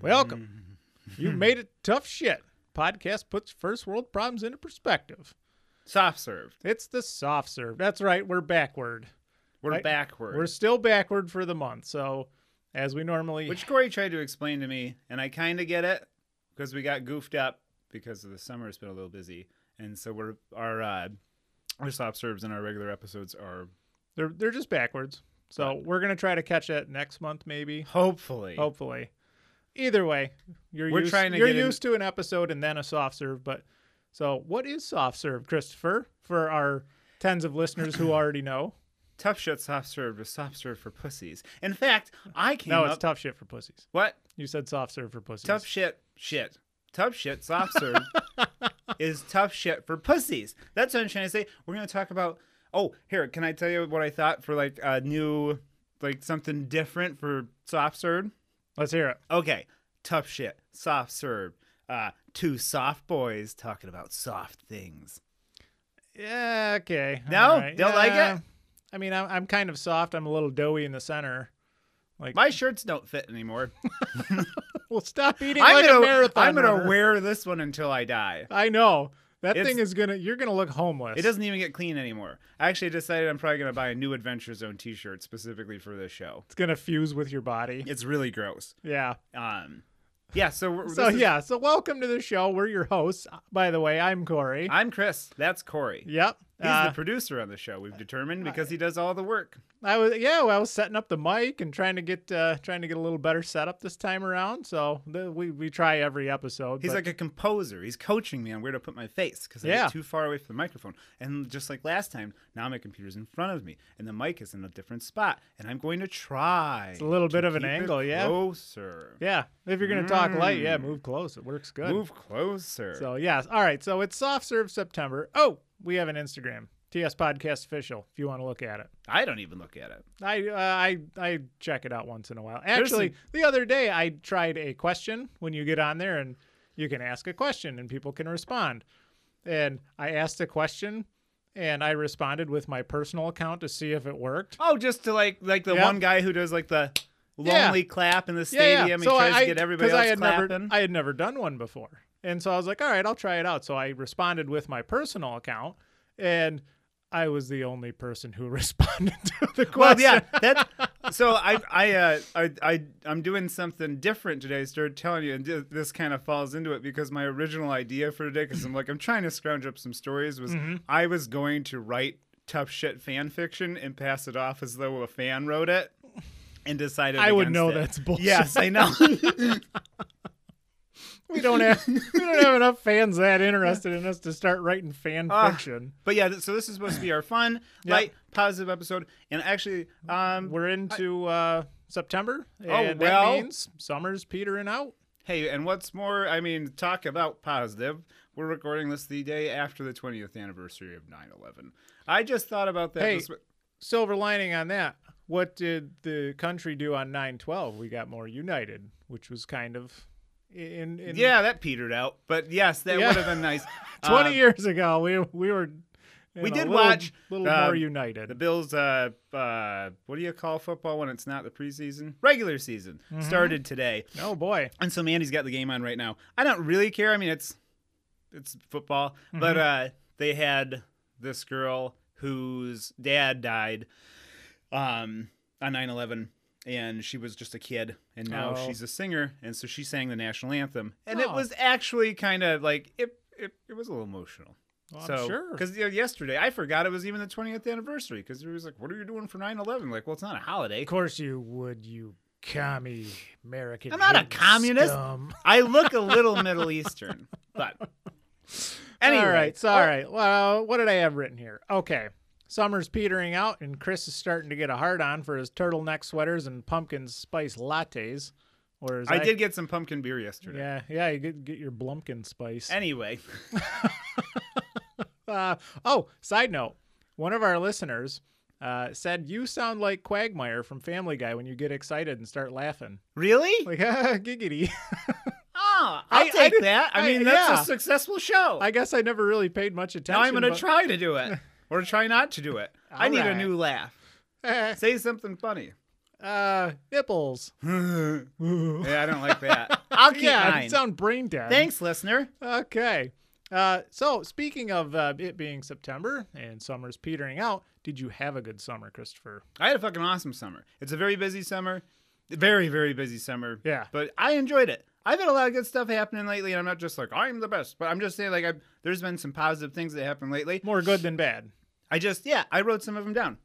Welcome. Mm-hmm. you made it tough shit. Podcast puts first world problems into perspective. Soft served. It's the soft serve. That's right. We're backward. We're Right. backward. We're still backward for the month. So, as we normally, Which Corey tried to explain to me, and I kind of get it because we got goofed up because of the summer has been a little busy, and so we're our uh, our soft serves and our regular episodes are they're they're just backwards. So we're gonna try to catch it next month, maybe. hopefully Hopefully. Either way, you're We're used, trying to you're get in- used to an episode and then a soft serve. But so, what is soft serve, Christopher? For our tens of listeners who already know, tough shit soft served is soft served for pussies. In fact, I came no, up it's tough shit for pussies. what You said soft serve for pussies. tough shit shit tough shit soft serve is tough shit for pussies. That's what I'm trying to say. We're gonna talk about. Oh, here, can I tell you what I thought for like a new, like something different for soft serve? Let's hear it. Okay, tough shit, soft serve. Uh, two soft boys talking about soft things. Yeah, okay. all No? Don't like Yeah. it? I mean, I'm, I'm kind of soft. I'm a little doughy in the center. My shirts don't fit anymore. Well, stop eating I'm like gonna, a marathon. I'm gonna runner. wear this one until I die. I know that It's- thing is gonna. You're gonna look homeless. It doesn't even get clean anymore. I actually decided I'm probably gonna buy a new Adventure Zone T-shirt specifically for this show. It's gonna fuse with your body. It's really gross. Yeah. Um, yeah. So we're, So this is- yeah. So welcome to the show. We're your hosts. By the way, I'm Corey. I'm Chris. That's Corey. yep. He's Uh, the producer on the show. We've determined because he does all the work. I was yeah. well, I was setting up the mic and trying to get uh, trying to get a little better setup this time around. So the, we we try every episode. He's but- like a composer. He's coaching me on where to put my face because I Yeah. get too far away from the microphone. And just like last time, now my computer's in front of me and the mic is in a different spot. And I'm going to try. It's a little bit of an angle, yeah. Closer. yeah. If you're gonna talk light, yeah, Mm. move close. It works good. Move closer. So yes, all right. So it's soft serve September. Oh, we have an Instagram, TS Podcast Official. If you want to look at it, I don't even look at it. I uh, I I check it out once in a while. Actually, the other day I tried a question when you get on there and you can ask a question and people can respond. And I asked a question and I responded with my personal account to see if it worked. Oh, just to like like the Yeah. one guy who does like the Yeah. lonely clap in the Yeah, yeah. stadium. He tries to get everybody 'cause else I had clapping. never I had never done one before, and so I was like, all right, I'll try it out. So I responded with my personal account, and I was the only person who responded to the question. well, yeah. That, so I I, uh, I I I'm doing something different today. I started telling you, and th- this kind of falls into it because my original idea for today, because I'm like I'm trying to scrounge up some stories, was Mm-hmm. I was going to write tough shit fan fiction and pass it off as though a fan wrote it, and decided I would against know it. that's bullshit. Yes, I know. we don't have we don't have enough fans that interested in us to start writing fan Ah. fiction. but yeah, th- so this is supposed to be our fun, Yep. light, positive episode. And actually, um, We're into uh, September, and Oh, well. that means summer's petering out. Hey, and what's more, I mean, talk about positive. We're recording this the day after the 20th anniversary of 9 11. I just thought about that. Hey. this- silver lining on that. What did the country do on 9/12? We got more united, which was kind of in, in yeah, that petered out. But yes, that Yeah. would have been nice. 20 Uh, years ago. We we were you We know, did a little, watch, little uh, more The united. Bills, uh, uh, what do you call football when it's not the preseason? Regular season Mm-hmm. started today. Oh boy. And so Mandy's got the game on right now. I don't really care. I mean, it's it's football, but Mm-hmm. uh, they had this girl whose dad died um, on 9/11, and she was just a kid, and now Oh. she's a singer, and so she sang the national anthem, and it Oh. was actually kind of like it, it it was a little emotional. Well, I'm so, sure. Because yesterday, I forgot it was even the 20th anniversary. Because it was like, "What are you doing for 9/11?" Like, well, it's not a holiday. Of course you would, you commie American. I'm not a hidden communist. scum. I look a little Middle Eastern, but anyway. All right, so, Oh, all right. Well, what did I have written here? Okay. Summer's petering out, and Chris is starting to get a hard on for his turtleneck sweaters and pumpkin spice lattes. Or as I I, did get some pumpkin beer yesterday. Yeah, yeah, you get, get your Blumpkin spice. Anyway, Uh, oh, side note. One of our listeners uh, said, You sound like Quagmire from Family Guy when you get excited and start laughing. really? Like, ah, giggity. oh, I'll I- I take did- that. I, I- mean, that's yeah. a successful show. I guess I never really paid much attention. now I'm going to but- try to do it or try not to do it. I All need a right. new laugh. Eh. Say something funny. uh, nipples. yeah, I don't like that. I'll keep yeah, mine. you sound brain dead. Thanks, listener. Okay. Uh, so speaking of uh, it being September and summer's petering out, did you have a good summer, Christopher? I had a fucking awesome summer. It's a very busy summer, very very busy summer. Yeah. but I enjoyed it. I've had a lot of good stuff happening lately, and I'm not just like I'm the best, but I'm just saying like I've, there's been some positive things that happened lately. More good than bad. I just yeah, I wrote some of them down,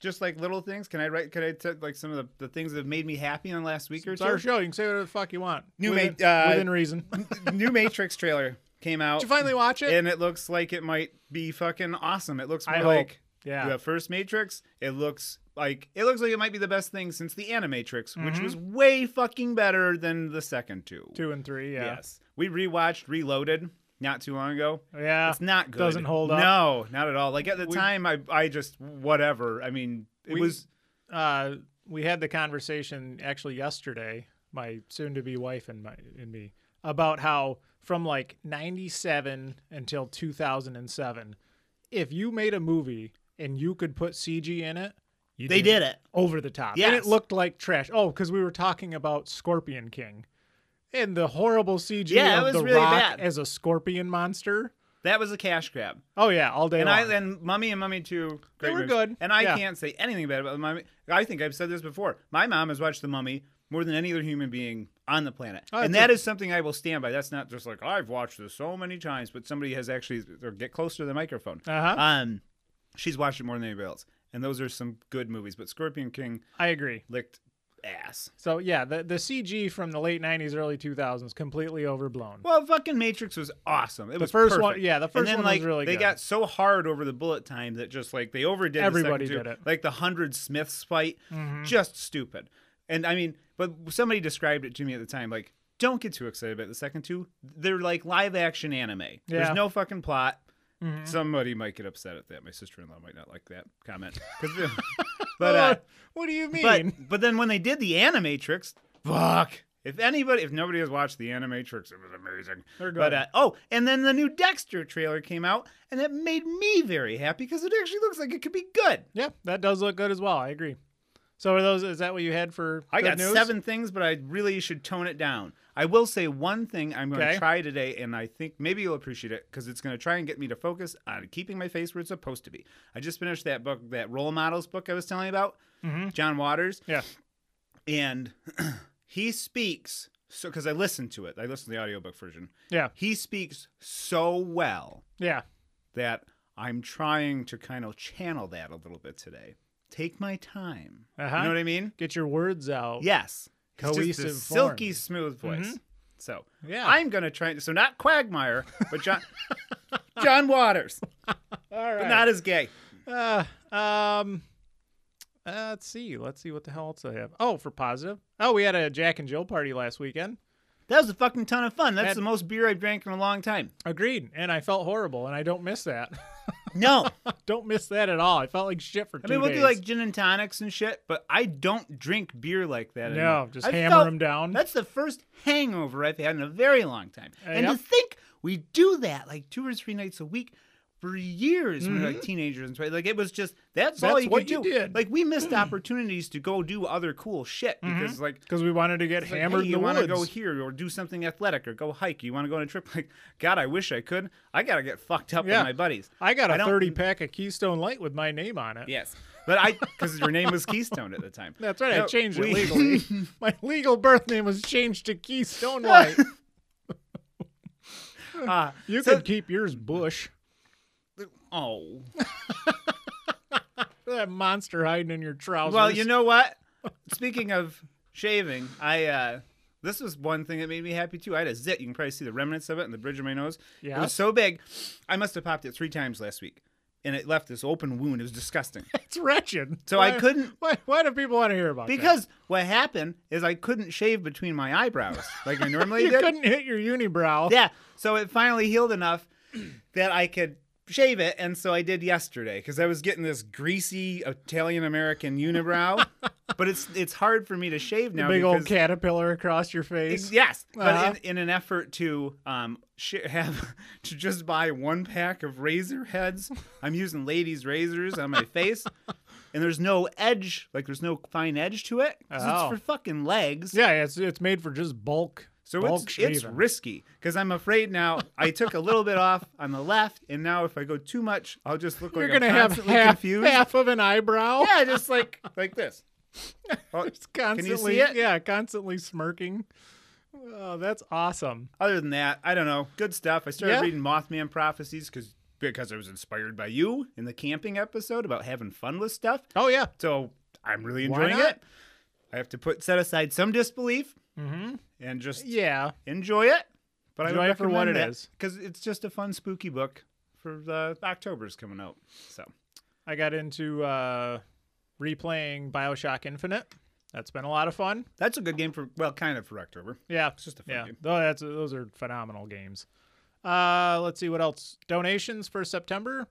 just like little things. Can I write? Can I t- like some of the, the things that have made me happy in the last week or It's our two? show. You can say whatever the fuck you want. New within, ma- uh, within reason. Did New Matrix trailer came out. you finally watch it? and it looks like it might be fucking awesome. It looks more I hope. like Yeah. the first Matrix. It looks like it looks like it might be the best thing since the Animatrix, which was way fucking better than the second two. Mm-hmm. Two and three. Yeah. Yes, we rewatched Reloaded not too long ago. Yeah. It's not good. Doesn't hold up. No, not at all. Like at the We- time, I I just whatever. I mean, it We- was uh, we had the conversation actually yesterday, my soon-to-be wife and my and me, about how from like '97 until 2007, if you made a movie and you could put CG in it, you They did it. over the top, and Yes. it looked like trash. Oh, because we were talking about Scorpion King. And the horrible CG Yeah, it of was the really Rock bad. as a scorpion monster. that was a cash grab. Oh yeah, all day And long. I and Mummy and Mummy Two, great were movies. good. And I Yeah. can't say anything bad about the Mummy. I think I've said this before. My mom has watched the Mummy more than any other human being on the planet, Oh, and that's that is something I will stand by. That's not just like I've watched this so many times, but somebody has actually or get closer to the microphone. Uh-huh. Um, she's watched it more than anybody else, and those are some good movies. But Scorpion King I agree. licked ass. So yeah, the the CG from the late '90s, early 2000s, completely overblown. Well, fucking Matrix was awesome. It was first one- perfect. yeah, the first and then, one was like, really They good. got so hard over the bullet time that just like they overdid. the Everybody second two. did it. Mm-hmm. Like the hundred Smiths fight, just stupid. And I mean, but somebody described it to me at the time, like. Don't get too excited about the second two. They're like live action anime. Yeah. Mm-hmm. There's no fucking plot. Somebody might get upset at that. My sister in law might not like that comment. 'Cause- but uh, what do you mean? but but then when they did the Animatrix, fuck. If anybody, if nobody has watched the Animatrix, it was amazing. They're good. But uh, oh, and then the new Dexter trailer came out, and it made me very happy because it actually looks like it could be good. yeah, that does look good as well. I agree. So are those? Is that what you had for? I good got news? seven things, but I really should tone it down. I will say one thing I'm going to Okay. try today, and I think maybe you'll appreciate it because it's going to try and get me to focus on keeping my face where it's supposed to be. I just finished that book, that role models book I was telling you about, John Waters. Mm-hmm. Yeah. and he speaks so because I listened to it. I listened to the audiobook version. Yeah. He speaks so well Yeah. that I'm trying to kind of channel that a little bit today. Take my time. Uh-huh. You know what I mean? Get your words out. Yes. It's just Cohesive this form. Mm-hmm. silky smooth voice. So Yeah. I'm gonna try. So not Quagmire, but John John Waters, All but right. not as gay. uh, um. uh, let's see. Let's see what the hell else I have. Oh, for positive. Oh, we had a Jack and Jill party last weekend. That was a fucking ton of fun. That's That- the most beer I've drank in a long time. Agreed. And I felt horrible, and I don't miss that. No. don't miss that at all. I felt like shit for two I mean, we'll days. do like gin and tonics and shit, but I don't drink beer like that. No, anymore. just I hammer felt- 'em down. Uh, That's the first hangover I've had in a very long time. and yep. to think we do that like two or three nights a week for years when we were like teenagers and so like it was just that's, all Mm-hmm. That's you what could you do. did. Mm. Like we missed opportunities to go do other cool shit because like because we wanted to get like, Mm-hmm. hammered hey, in you the want to woods. go here or do something athletic or go hike? You want to go on a trip? Like, God, I wish I could. I gotta get fucked up Yeah. with my buddies. I got a I don't- 30 pack of Keystone Light with my name on it. Yes, but I because your name was Keystone at the time. That's right. I No, changed we- it legally. my legal birth name was changed to Keystone Light. Ah, You So- could keep yours Bush. oh, That monster hiding in your trousers. well, you know what? Speaking of shaving, I uh this was one thing that made me happy too. I had a zit. You can probably see the remnants of it in the bridge of my nose. it Yes. was so big. I must have popped it three times last week, and it left this open wound. It was disgusting. it's wretched. So I couldn't- Why, why do people want to hear about that? Because what happened is I couldn't shave between my eyebrows like I normally you did. couldn't hit your unibrow. Yeah. So it finally healed enough that I could shave it, and so I did yesterday because I was getting this greasy Italian American unibrow, but it's it's hard for me to shave now. Big old because- caterpillar across your face. Yes, Uh-huh. but in, in an effort to um sh- have to just buy one pack of razor heads, I'm using ladies' razors on my face and there's no edge, like there's no fine edge to it. 'cause Oh. It's for fucking legs. Yeah, it's it's made for just bulk. So bulk it's it's Schreven. risky because I'm afraid now I took a little bit off on the left, and now if I go too much, I'll just look You're like gonna I'm have constantly half, confused. half of an eyebrow. Yeah, just like like this. Oh, It's constantly, see it? yeah, constantly smirking. Oh, that's awesome. Other than that, I don't know. Good stuff. I started Yeah. reading Mothman prophecies because because I was inspired by you in the camping episode about having fun with stuff. Oh yeah, So I'm really Why enjoying not? it. I have to put set aside some disbelief mm-hmm. and just yeah. enjoy it. But Enjoy it for what it is. because it's just a fun spooky book for the October's coming out. So I got into uh, replaying Bioshock Infinite. That's been a lot of fun. that's a good game for well, kind of for October. Yeah, It's just a fun yeah. game. Though that's those are phenomenal games. Uh, let's see what else. Donations for September.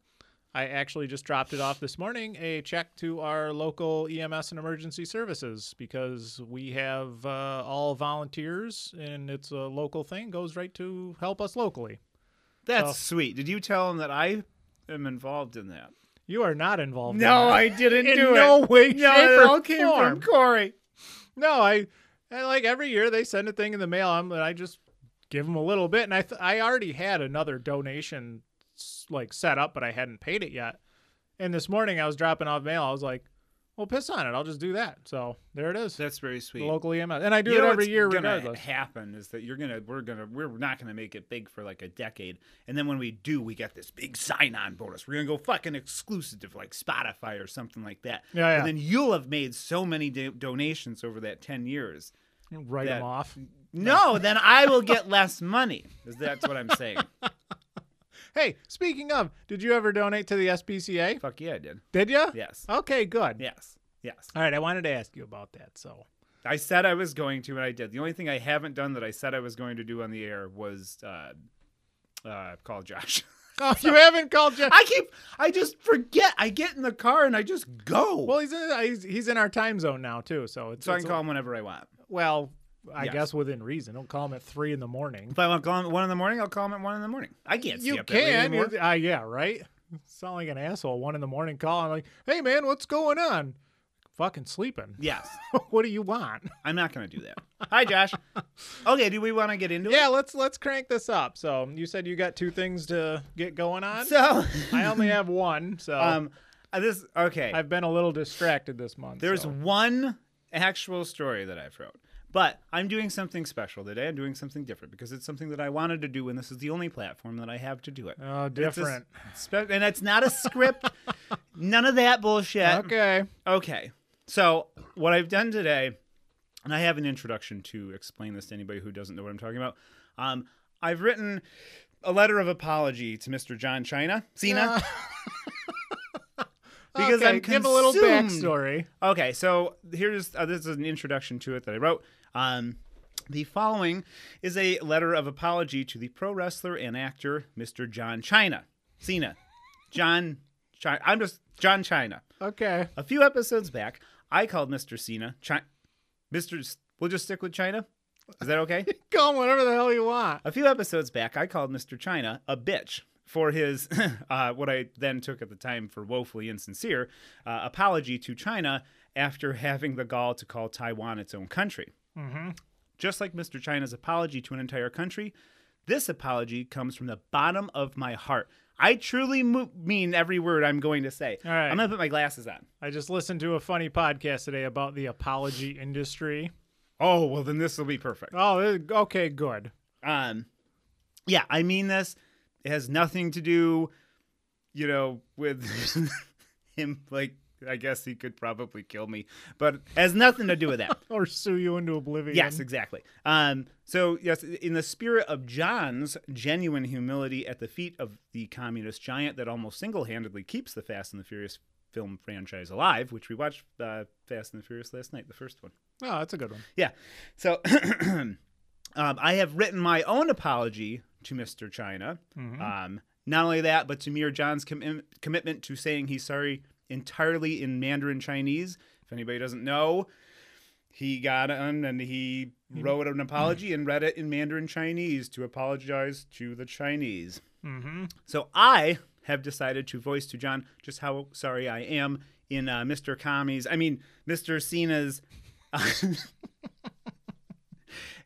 I actually just dropped it off this morning. A check to our local EMS and emergency services because we have uh, all volunteers and it's a local thing. Goes right to help us locally. That's sweet. Did you tell him that I am involved in that? You are not involved. in No, that. I didn't In do no it. way, no, shape, it or all came form. from Corey. No, I, I like every year they send a thing in the mail. I'm and I just give them a little bit, and I th- I already had another donation s- like set up, but I hadn't paid it yet. And this morning I was dropping off mail. I was like, well, piss on it. I'll just do that. So there it is. That's very sweet. The local EMS, and I do You it know every what's year gonna regardless. happen is that you're gonna we're gonna we're not gonna make it big for like a decade, and then when we do, we get this big sign-on bonus. We're gonna go fucking exclusive to like Spotify or something like that. Yeah, yeah. And then you'll have made so many do- donations over that ten years. Write that- them off. No, then I will get less money. Is that's what I'm saying? Hey, speaking of, did you ever donate to the SPCA? Fuck yeah, I did. Did you? Yes, Okay, good. yes, yes. All right, I wanted to ask you about that. So I said I was going to, and I did. The only thing I haven't done that I said I was going to do on the air was uh, uh, call Josh. oh, you haven't called Jeff. I keep, I just forget. I get in the car and I just go. Well, he's in, he's, he's in our time zone now too, so it's so I it's a- can call him whenever I want. Well, I Yes. guess within reason. Don't call him at three in the morning. If I want to call him at one in the morning, I'll call him at one in the morning. I can't. stay You up that late can. anymore. you- Uh, yeah, right? Sound like an asshole. One in the morning call. I'm like, hey, man, what's going on? Fucking sleeping. Yes, what do you want? I'm not going to do that. Hi, Josh. Okay, do we want to get into Yeah, let's let's crank this up. So you said you got two things to get going on. it? So, I only have one, so um, uh, this okay. I've been a little distracted this month. There's so. one actual story that I've wrote, but I'm doing something special today. I'm doing something different because it's something that I wanted to do, and this is the only platform that I have to do it. oh It's a s- different. spe- and it's not a script. None of that bullshit. Okay. Okay. So what I've done today, and I have an introduction to explain this to anybody who doesn't know what I'm talking about. Um, I've written a letter of apology to Mr. John China Uh, Cena. because Ah, okay, I'm give a little consumed. backstory. Okay, so here's uh, this is an introduction to it that I wrote. Um, the following is a letter of apology to the pro wrestler and actor Mr. John China Cena. John, China. I'm just John China. Okay. A few episodes back, I called Mr. Cena China. Mr. S- We'll just stick with China. Is that okay? Call him whatever the hell you want. a few episodes back, I called Mr. China a bitch for his uh, what I then took at the time for woefully insincere uh, apology to China after having the gall to call Taiwan its own country. Mm-hmm. Just like Mr. China's apology to an entire country, this apology comes from the bottom of my heart. I truly mo- mean every word I'm going to say. All right. I'm gonna put my glasses on. I just listened to a funny podcast today about the apology industry. Oh well, then this will be perfect. Oh, eh, okay, good. Um, yeah, I mean this. It has nothing to do, you know, with him. Like, I guess he could probably kill me, but it has nothing to do with that. Or sue you into oblivion. Oh, yes, exactly. Um, so yes, in the spirit of John's genuine humility at the feet of the communist giant that almost single-handedly keeps the Fast and the Furious film franchise alive, which we watched uh, Fast and the Furious last night, the first one. Oh, that's a good one. Yeah. So um, I have written my own apology to Mr. China. Um, not only that, but to Mir John's com- commitment to saying he's sorry entirely in Mandarin Chinese. If anybody doesn't know, he got on and he wrote an apology and read it in Mandarin Chinese to apologize to the Chinese. Mm-hmm. So I have decided to voice to John just how sorry I am in uh, Mr. Kami's, I mean, Mr. Cena's.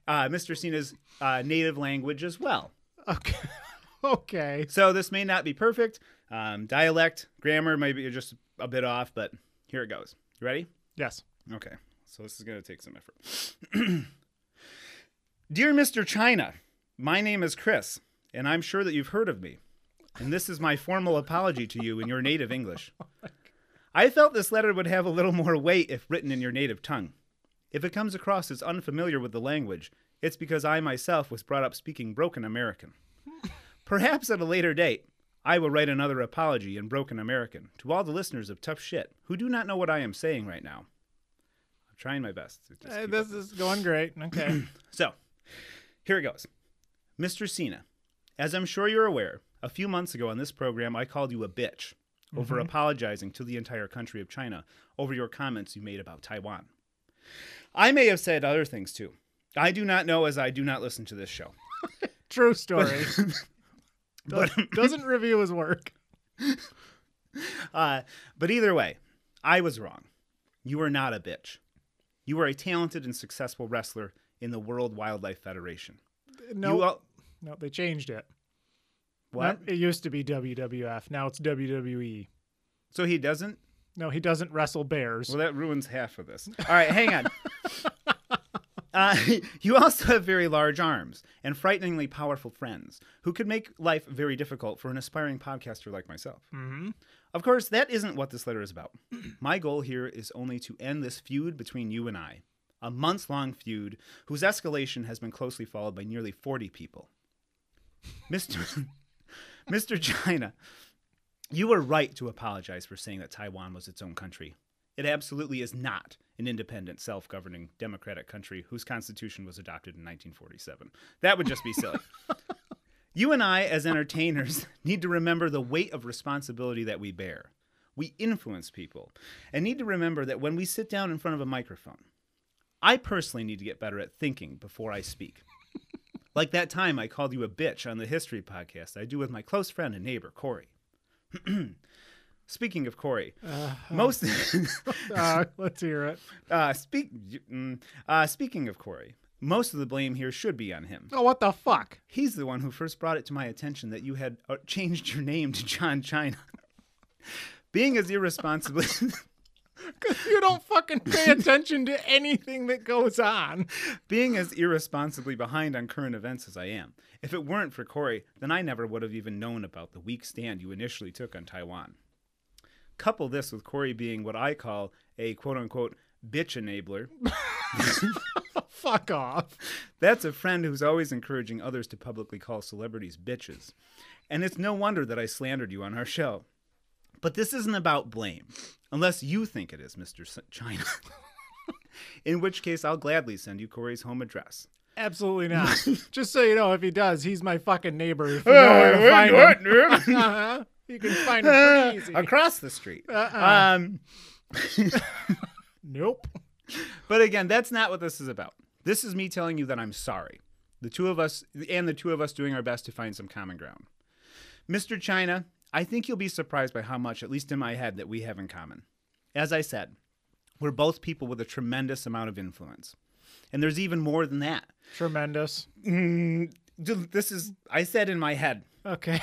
Uh, Mr. Cena's uh, native language as well. Okay. okay. So this may not be perfect. Um, dialect, grammar, maybe you're just a bit off, but here it goes. You ready? Yes. Okay. So this is going to take some effort. Dear Mr. China, my name is Chris, and I'm sure that you've heard of me. And this is my formal apology to you in your native English. I felt this letter would have a little more weight if written in your native tongue. If it comes across as unfamiliar with the language, it's because I myself was brought up speaking broken American. Perhaps at a later date, I will write another apology in broken American to all the listeners of Tough Shit who do not know what I am saying right now. I'm trying my best. to just Uh, keep this up. is going great. Okay. So, here it goes. Mr. Cena, as I'm sure you're aware, a few months ago on this program, I called you a bitch over apologizing to the entire country of China over your comments you made about Taiwan. I may have said other things too. I do not know as I do not listen to this show. True story. But, um, Doesn't review his work. uh, but either way, I was wrong. You are not a bitch. You are a talented and successful wrestler in the World Wildlife Federation. No, You all, no, they changed it. what? Not- It used to be WWF. Now it's WWE. So he doesn't? No, he doesn't wrestle bears. Well, that ruins half of this. All right, hang on. Uh, you also have very large arms and frighteningly powerful friends who could make life very difficult for an aspiring podcaster like myself. Mhm. Of course, that isn't what this letter is about. My goal here is only to end this feud between you and I, a months long feud whose escalation has been closely followed by nearly 40 people. Mr. Mr. China, you were right to apologize for saying that Taiwan was its own country. It absolutely is not an independent, self governing, democratic country whose constitution was adopted in 1947. That would just be silly. You and I, as entertainers, need to remember the weight of responsibility that we bear. We influence people and need to remember that when we sit down in front of a microphone, I personally need to get better at thinking before I speak. like that time I called you a bitch on the history podcast I do with my close friend and neighbor, Corey. Speaking of Corey, most. Uh, let's hear it. Uh, speak, mm, uh, speaking of Corey, most of the blame here should be on him. Oh, what the fuck? He's the one who first brought it to my attention that you had uh, changed your name to John China. Being as irresponsible. You don't fucking pay attention to anything that goes on. Being as irresponsibly behind on current events as I am, if it weren't for Corey, then I never would have even known about the weak stand you initially took on Taiwan. Couple this with Corey being what I call a quote unquote bitch enabler. Fuck off. That's a friend who's always encouraging others to publicly call celebrities bitches. And it's no wonder that I slandered you on our show. But this isn't about blame, unless you think it is, Mr. S- China. In which case, I'll gladly send you Corey's home address. Absolutely not. Just so you know, if he does, he's my fucking neighbor. If you know Oh. where to find him. Uh-huh. You can find him pretty easy. Across the street. Uh-uh. Um, nope. But again, that's not what this is about. This is me telling you that I'm sorry. The two of us, and the two of us doing our best to find some common ground. Mr. China, I think you'll be surprised by how much, at least in my head, that we have in common. As I said, we're both people with a tremendous amount of influence. And there's even more than that. Tremendous. Mm, d- this is, I said in my head, Okay.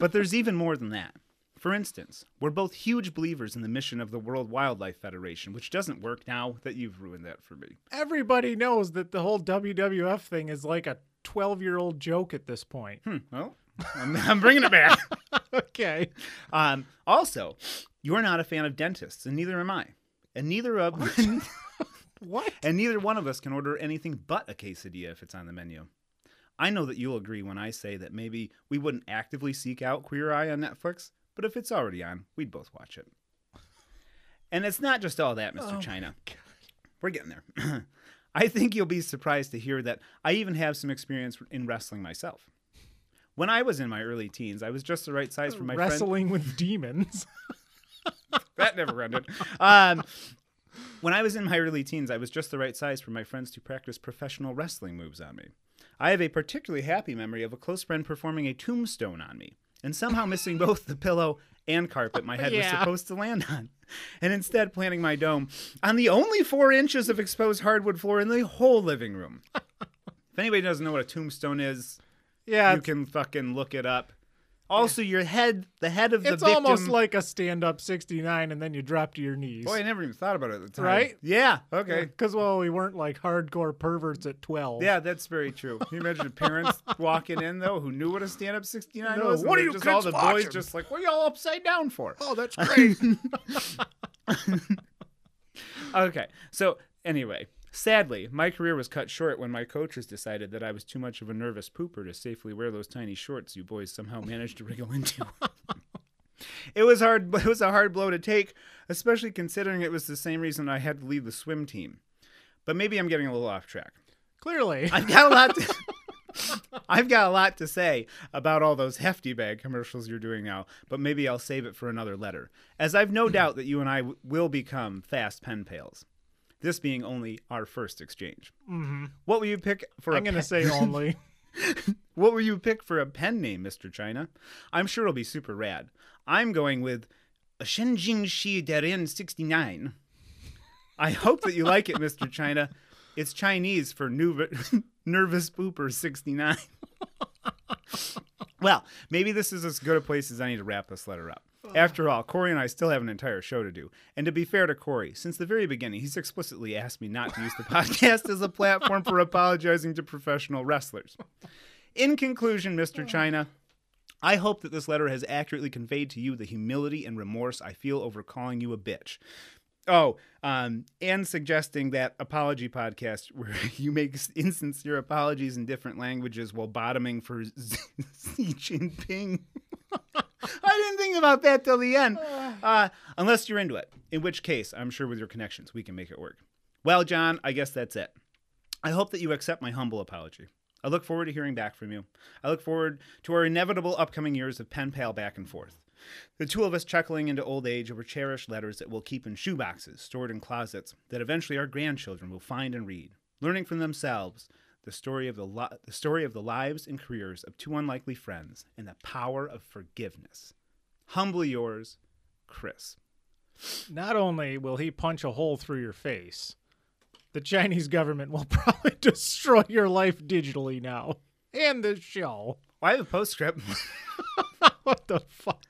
but there's even more than that. For instance, we're both huge believers in the mission of the World Wildlife Federation, which doesn't work now that you've ruined that for me. Everybody knows that the whole WWF thing is like a 12 year old joke at this point. Hmm, well, I'm, I'm bringing it back. Okay. Um, also, you're not a fan of dentists, and neither am I. And neither of What? and neither one of us can order anything but a quesadilla if it's on the menu. I know that you'll agree when I say that maybe we wouldn't actively seek out Queer Eye on Netflix, but if it's already on, we'd both watch it. And it's not just all that, Mr. China. We're getting there. I think you'll be surprised to hear that I even have some experience in wrestling myself. When I was in my early teens, I was just the right size for my friend. Wrestling with demons. that never ended. Um, when I was in my early teens, I was just the right size for my friends to practice professional wrestling moves on me. I have a particularly happy memory of a close friend performing a tombstone on me, and somehow missing both the pillow and carpet my head was Yeah. supposed to land on, and instead planting my dome on the only four inches of exposed hardwood floor in the whole living room. if anybody doesn't know what a tombstone is, Yeah, you it's, can fucking look it up. Also, your head, the head of the it's victim. almost like a stand-up 69, and then you drop to your knees. Boy, I never even thought about it at the time. Right? Yeah. Okay. Because well, we weren't like hardcore perverts at 12. Yeah, that's very true. Can you imagine parents walking in though who knew what a stand up sixty nine No, was? and what are they're you just all kids the watching? boys just like, What are y'all upside down for? Oh, that's great. Okay. So anyway, sadly, my career was cut short when my coaches decided that I was too much of a nervous pooper to safely wear those tiny shorts you boys somehow managed to wriggle into. it was hard it was a hard blow to take, especially considering it was the same reason I had to leave the swim team. But maybe I'm getting a little off track. Clearly. I've got a lot to I've got a lot to say about all those hefty bag commercials you're doing now, but maybe I'll save it for another letter, as I've no doubt that you and I w- will become fast pen pals. This being only our first exchange. Mhm. What will you pick for a I'm gonna pen- say only. What will you pick for a pen name, Mr. China? I'm sure it'll be super rad. I'm going with Shenjing Shi Derin 69. I hope that you like it, Mr. China. It's Chinese for new, Nervous Pooper 69. well, maybe this is as good a place as any to wrap this letter up. After all, Corey and I still have an entire show to do. And to be fair to Corey, since the very beginning, he's explicitly asked me not to use the podcast as a platform for apologizing to professional wrestlers. In conclusion, Mr. China, I hope that this letter has accurately conveyed to you the humility and remorse I feel over calling you a bitch. Oh, um, and suggesting that apology podcast where you make insincere apologies in different languages while bottoming for Xi Jinping. I didn't think about that till the end. Uh, unless you're into it, in which case, I'm sure with your connections, we can make it work. Well, John, I guess that's it. I hope that you accept my humble apology. I look forward to hearing back from you. I look forward to our inevitable upcoming years of pen pal back and forth. The two of us chuckling into old age over cherished letters that we'll keep in shoeboxes, stored in closets, that eventually our grandchildren will find and read, learning from themselves the story of the, li- the story of the lives and careers of two unlikely friends and the power of forgiveness. Humbly yours, Chris. Not only will he punch a hole through your face, the Chinese government will probably destroy your life digitally now. And the show. Well, I have a postscript. What the fuck?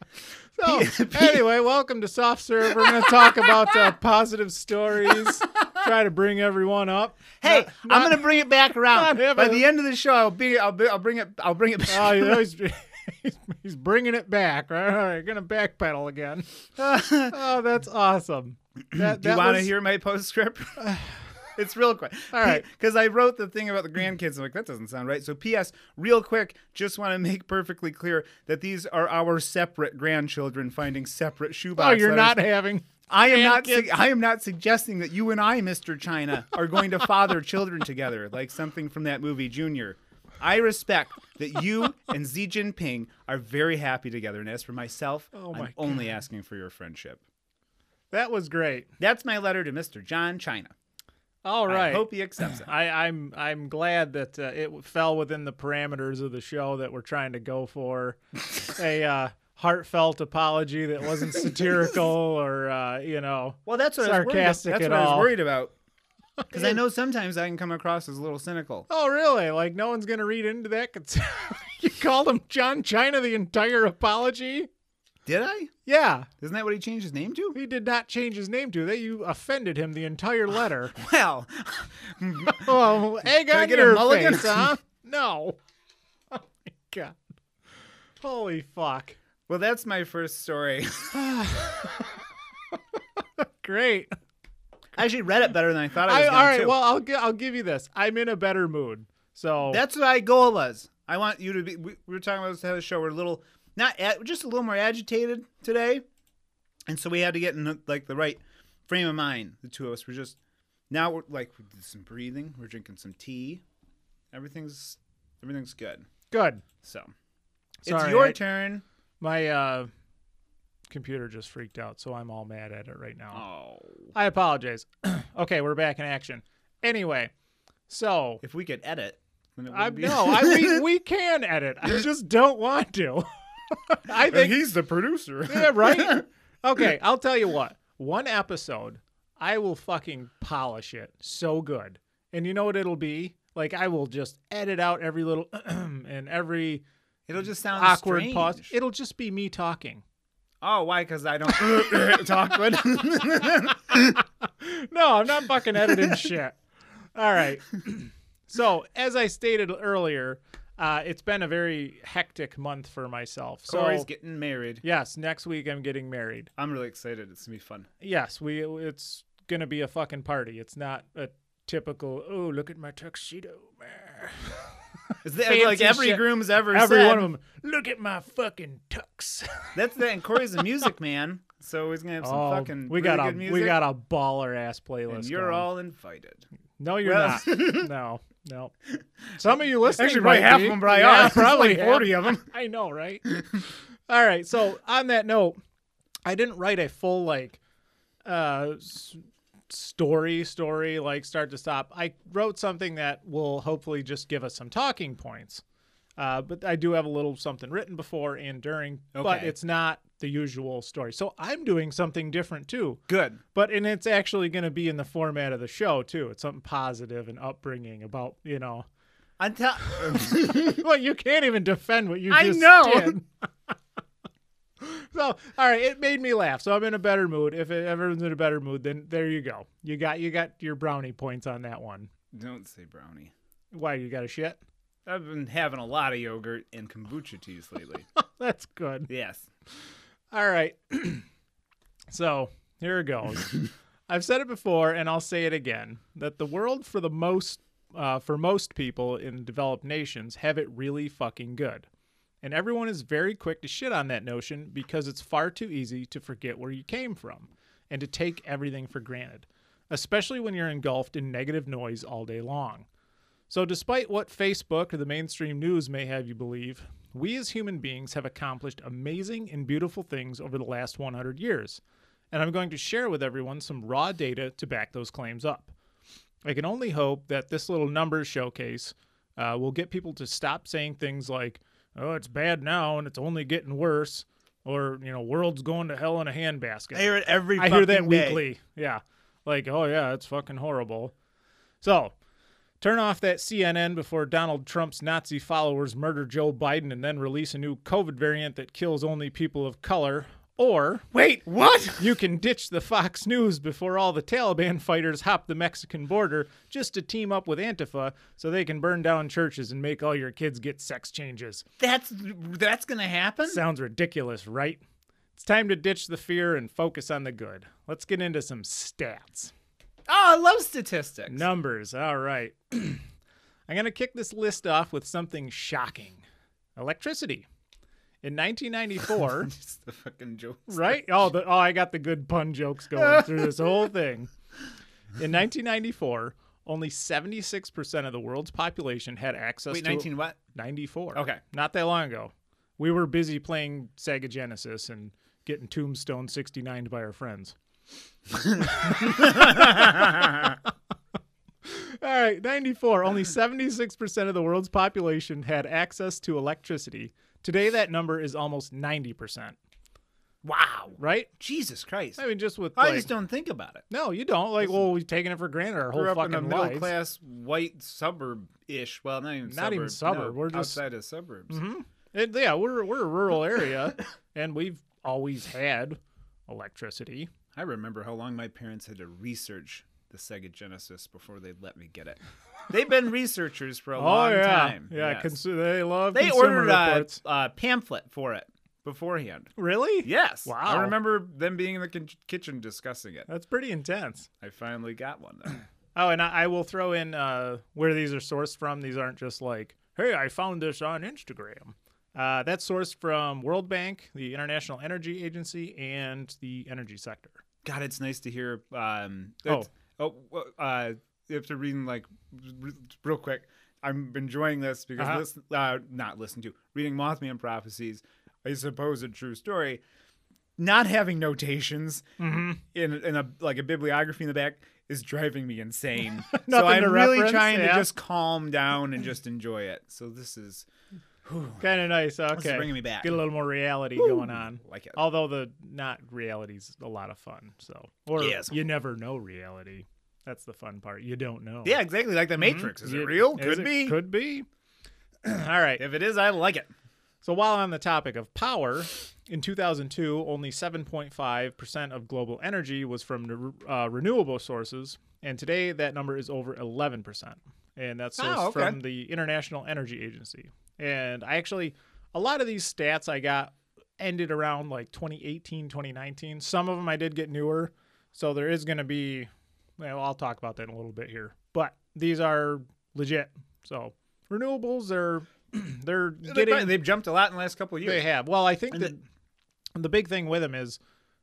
So, anyway, welcome to Soft Serve. We're going to talk about uh, positive stories, try to bring everyone up. Hey, Not- I'm gonna bring it back around. not having By a- the end of the show, I'll be, I'll, be, I'll bring it, I'll bring it back. Oh, you know, he's, he's- he's bringing it back. All right, going to backpedal again. Oh, that's awesome. That, Do you that want to was- hear my postscript? it's real quick. All right. Because I wrote the thing about the grandkids. I'm like, that doesn't sound right. So, P.S. Real quick, just want to make perfectly clear that these are our separate grandchildren finding separate shoebox. Oh, you're letters. not having. I am not. grandkids. Su- I am not suggesting that you and I, Mr. China, are going to father children together, like something from that movie Junior. I respect that you and Xi Jinping are very happy together. And as for myself, Oh my I'm God. only asking for your friendship. That was great. That's my letter to Mr. John China. All right. I hope he accepts it. I, I'm I'm glad that uh, it fell within the parameters of the show that we're trying to go for a uh, heartfelt apology that wasn't satirical or uh, you know Well, that's what I was worried about. Sarcastic That's at what I was all. worried about. Because I know sometimes I can come across as a little cynical. oh really like no one's gonna read into that. Cons- you called him John China the entire apology. Did I? Yeah, Isn't that what he changed his name to? he did not change his name to that. You offended him the entire letter. Well, oh, egg Can I on get a your mulligan? face, huh? No. Oh my god. Holy fuck. well, that's my first story. Great. I actually read it better than I thought I I, was all going right. to. Well, I'll gi- I'll give you this. I'm in a better mood. So that's what my goal was. I want you to be. We, we were talking about this at the show. We're a little, not a- just a little more agitated today, and so we had to get in the, like the right frame of mind. The two of us were just now we're like we did some breathing. We're drinking some tea. Everything's everything's good. good. So it's Sorry, your I- turn. My uh, computer just freaked out, so I'm all mad at it right now. Oh. I apologize. okay, we're back in action. Anyway, so If we could edit, then it would I be. no, I we, we can edit. I just don't want to. I And think he's the producer. Yeah, right? Okay, I'll tell you what. One episode, I will fucking polish it so good. And you know what it'll be? Like I will just edit out every little and every It'll just sound awkward strange. pause. It'll just be me talking. Oh, why? Because I don't talk good. No, I'm not fucking editing shit. All right. so, as I stated earlier, uh, it's been a very hectic month for myself. So, Corey's getting married. yes, next week I'm getting married. I'm really excited. It's gonna be fun. Yes, we it's going to be a fucking party. It's not a typical, oh, look at my tuxedo. It's the, Fancy like every shit. groom's ever Every said. one of them, look at my fucking tux. That's that. And Corey's a music man, so he's gonna have some Oh, fucking we really got a good music. we got a baller ass playlist. and you're going. all invited. No, you're Well- not. No, no. Some of you listening, Actually, probably might half be. of them probably Yeah, are. Probably Like 40 of them. I know, right? All right. So on that note, I didn't write a full like uh s- story story like start to stop. I wrote something that will hopefully just give us some talking points. Uh, but I do have a little something written before and during, but Okay. it's not the usual story. So I'm doing something different too. Good. But and it's actually going to be in the format of the show too. It's something positive and upbringing about you know. Until well, you can't even defend what you I just know. did. so all right, it made me laugh. So I'm in a better mood. If it, everyone's in a better mood, then there you go. You got you got your brownie points on that one. don't say brownie. Why you got a shit? I've been having a lot of yogurt and kombucha teas lately. That's good. yes. All right. so here it goes. I've said it before, and I'll say it again: that the world, for the most, uh, for most people in developed nations, have it really fucking good, and everyone is very quick to shit on that notion because it's far too easy to forget where you came from and to take everything for granted, especially when you're engulfed in negative noise all day long. So, despite what Facebook or the mainstream news may have you believe, we as human beings have accomplished amazing and beautiful things over the last 100 years. And I'm going to share with everyone some raw data to back those claims up. I can only hope that this little numbers showcase uh, will get people to stop saying things like, oh, it's bad now and it's only getting worse, or, you know, world's going to hell in a handbasket. I hear it every I hear that fucking day. weekly. Yeah. Like, oh yeah, it's fucking horrible. So, turn off that CNN before Donald Trump's Nazi followers murder Joe Biden and then release a new COVID variant that kills only people of color, or Wait, what? you can ditch the Fox News before all the Taliban fighters hop the Mexican border just to team up with Antifa so they can burn down churches and make all your kids get sex changes. That's that's gonna happen? Sounds ridiculous, right? It's time to ditch the fear and focus on the good. Let's get into some stats. Oh, I love statistics. Numbers. All right. I'm going to kick this list off with something shocking electricity. In 1994, Just the fucking joke. right? Oh, the, oh, I got the good pun jokes going through this whole thing. In 1994, only 76% of the world's population had access Wait, to 19 what? 94. Okay. Not that long ago. We were busy playing Sega Genesis and getting Tombstone 69 by our friends. All right, 94. Only 76% of the world's population had access to electricity. Today, that number is almost 90%, Wow. right? Jesus Christ. I mean, just with. I like- just don't think about it. No, you don't. Like, well, we've taken it for granted our Grew whole up in a fucking middle life. class white suburb ish. Well, not even Not suburb. even No, suburb. We're just- Mm-hmm. outside of suburbs. It, yeah, we're, we're a rural area, and we've always had electricity. I remember how long my parents had to research the Sega Genesis before they let me get it. They've been researchers for a long Oh, yeah. time. Yeah, Yes. consu- they uh, love they consumer ordered a, reports. a pamphlet for it beforehand. really? Yes. Wow. I remember them being in the kin- kitchen discussing it. That's pretty intense. I finally got one though. Oh, and I, I will throw in uh, where these are sourced from. These aren't just like, hey, I found this on Instagram. Uh, that's sourced from World Bank, the International Energy Agency, and the energy sector. God, it's nice to hear. Um, Oh. it's- oh, w- uh, after reading like r- real quick, I'm enjoying this because Uh-huh. listen, uh, not listen to reading Mothman prophecies, a supposed true story, not having notations Mm-hmm. in in a like a bibliography in the back is driving me insane. so Nothing I'm to really reference, trying yeah. to just calm down and just enjoy it. So this is Kind of nice. Okay. is bringing me back. Get a little more reality going on. Like it. Although the not reality's a lot of fun. So or Yes. you never know reality. That's the fun part. You don't know. Yeah, exactly. Like the Matrix. Is it You- real? Mm-hmm. is Could it- be. Could be. All right. If it is, I like it. So while on the topic of power, in 2002, only 7.5% of global energy was from uh, renewable sources, and today that number is over 11%. And that's sourced Oh, okay. from the International Energy Agency. And I actually, a lot of these stats I got ended around like 2018, 2019. Some of them I did get newer. So there is going to be, well, I'll talk about that in a little bit here. But these are legit. So renewables are, they're They getting. probably- They've jumped a lot in the last couple of They years. have. Well, I think that the big thing with them is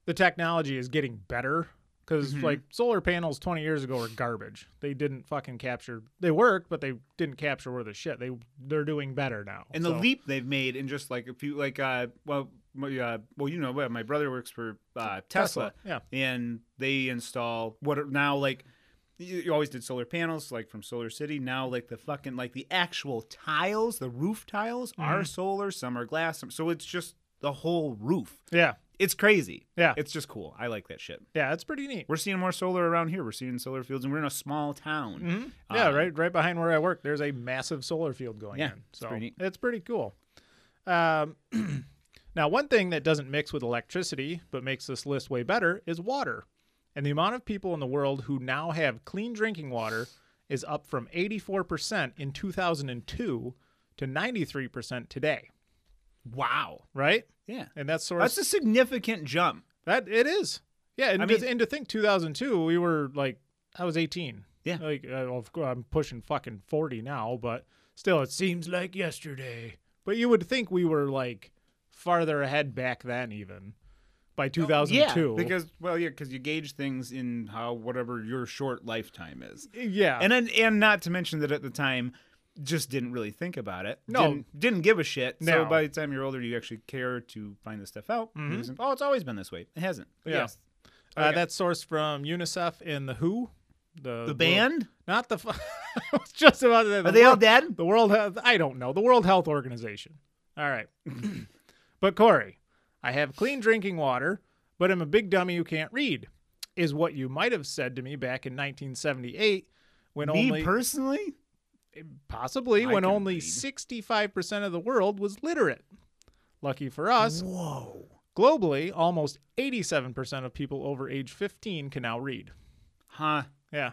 the technology is getting better because Mm-hmm. like solar panels 20 years ago were garbage. They didn't fucking capture. They worked, but they didn't capture worth a shit. They they're doing better now. and So- the leap they've made in just like a few, like, uh, well, my, uh, well, you know, well, my brother works for uh, Tesla, Yeah. and they install what are now like. You you always did solar panels, like from Solar City. Now, like the fucking like the actual tiles, the roof tiles Mm-hmm. are solar. Some are glass. Some, so it's just the whole roof. Yeah. It's crazy. Yeah. it's just cool. I like that shit. Yeah. It's pretty neat. We're seeing more solar around here. We're seeing solar fields, and we're in a small town. Mm-hmm. Yeah, Um, right, right behind where I work, there's a massive solar field going Yeah, in. it's So pretty neat. it's pretty cool. Um, now, one thing that doesn't mix with electricity but makes this list way better is water. And the amount of people in the world who now have clean drinking water is up from 84% in 2002 to 93% today, Wow. right? Yeah. And that's sort That's a significant jump. that it is. Yeah, and, I to- mean- and to think 2002, we were like, I was 18. Yeah. like uh, of cour- I'm pushing fucking 40 now, but still, it seems like yesterday. But you would think we were like farther ahead back then, even by 2002. Yeah, Oh, because well, yeah, because you gauge things in how whatever your short lifetime is, yeah, and then, and not to mention that at the time, just didn't really think about it. No. didn't, didn't give a shit. No. Mm-hmm. So by the time you're older, you actually care to find this stuff out. You just think, Oh, it's always been this way. It hasn't. But Yeah. Yes. uh, okay. that's sourced from UNICEF and the Who, the The World- band? not the. fu- I was just about to. say, the Are they all World- dead? The World Health, I don't know, the World Health Organization. All right. but Corey, I have clean drinking water, but I'm a big dummy who can't read, is what you might have said to me back in 1978 when Me only personally, possibly I when can only read. 65% of the world was literate. Lucky for us, whoa. globally, almost 87% of people over age 15 can now read. Huh. Yeah.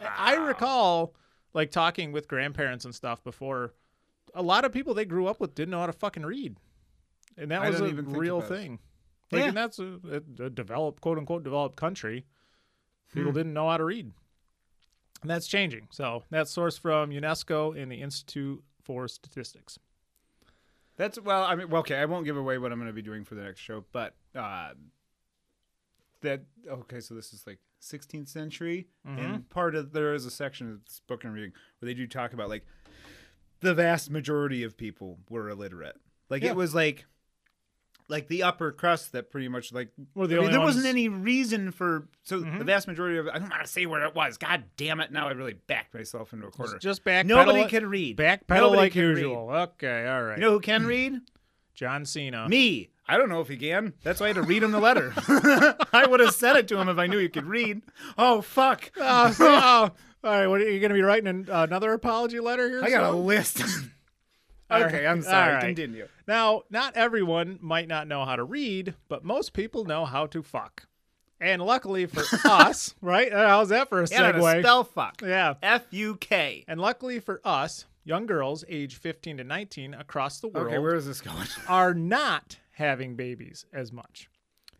I I recall like talking with grandparents and stuff before a lot of people they grew up with didn't know how to fucking read. And that I was a didn't even think real about it. thing. Like Yeah. and that's a, a, a developed quote unquote developed country. People Hmm. didn't know how to read. And that's changing. So that's sourced from UNESCO and the Institute for Statistics. That's well, I mean, well, okay, I won't give away what I'm going to be doing for the next show, but uh, that okay, so this is like 16th century, Mm-hmm. and part of there is a section of this book I'm reading where they do talk about like the vast majority of people were illiterate. Like Yeah. it was like like the upper crust that pretty much like Were the I mean, only there wasn't ones- Mm-hmm. any reason for so the vast majority of I don't want to say where it was. God damn it! Now I really backed myself into a corner. Just backpedal. Nobody it- can read. Backpedal Nobody like can read. usual. Okay, all right. You know who can read? John Cena. Me. I don't know if he can. That's why I had to read him the letter. I would have said it to him if I knew he could read. Oh fuck! Oh, so- oh, all right. What are you going to be writing an, another apology letter here? I got a soon? list. All okay, right, I'm sorry. all right. Continue. Now, not everyone might not know how to read, but most people know how to fuck. And luckily for us, right? Uh, How's that for a And how to segue? spell fuck. yeah. F U K. And luckily for us, young girls age 15 to 19 across the world Okay, where is this going? are not having babies as much,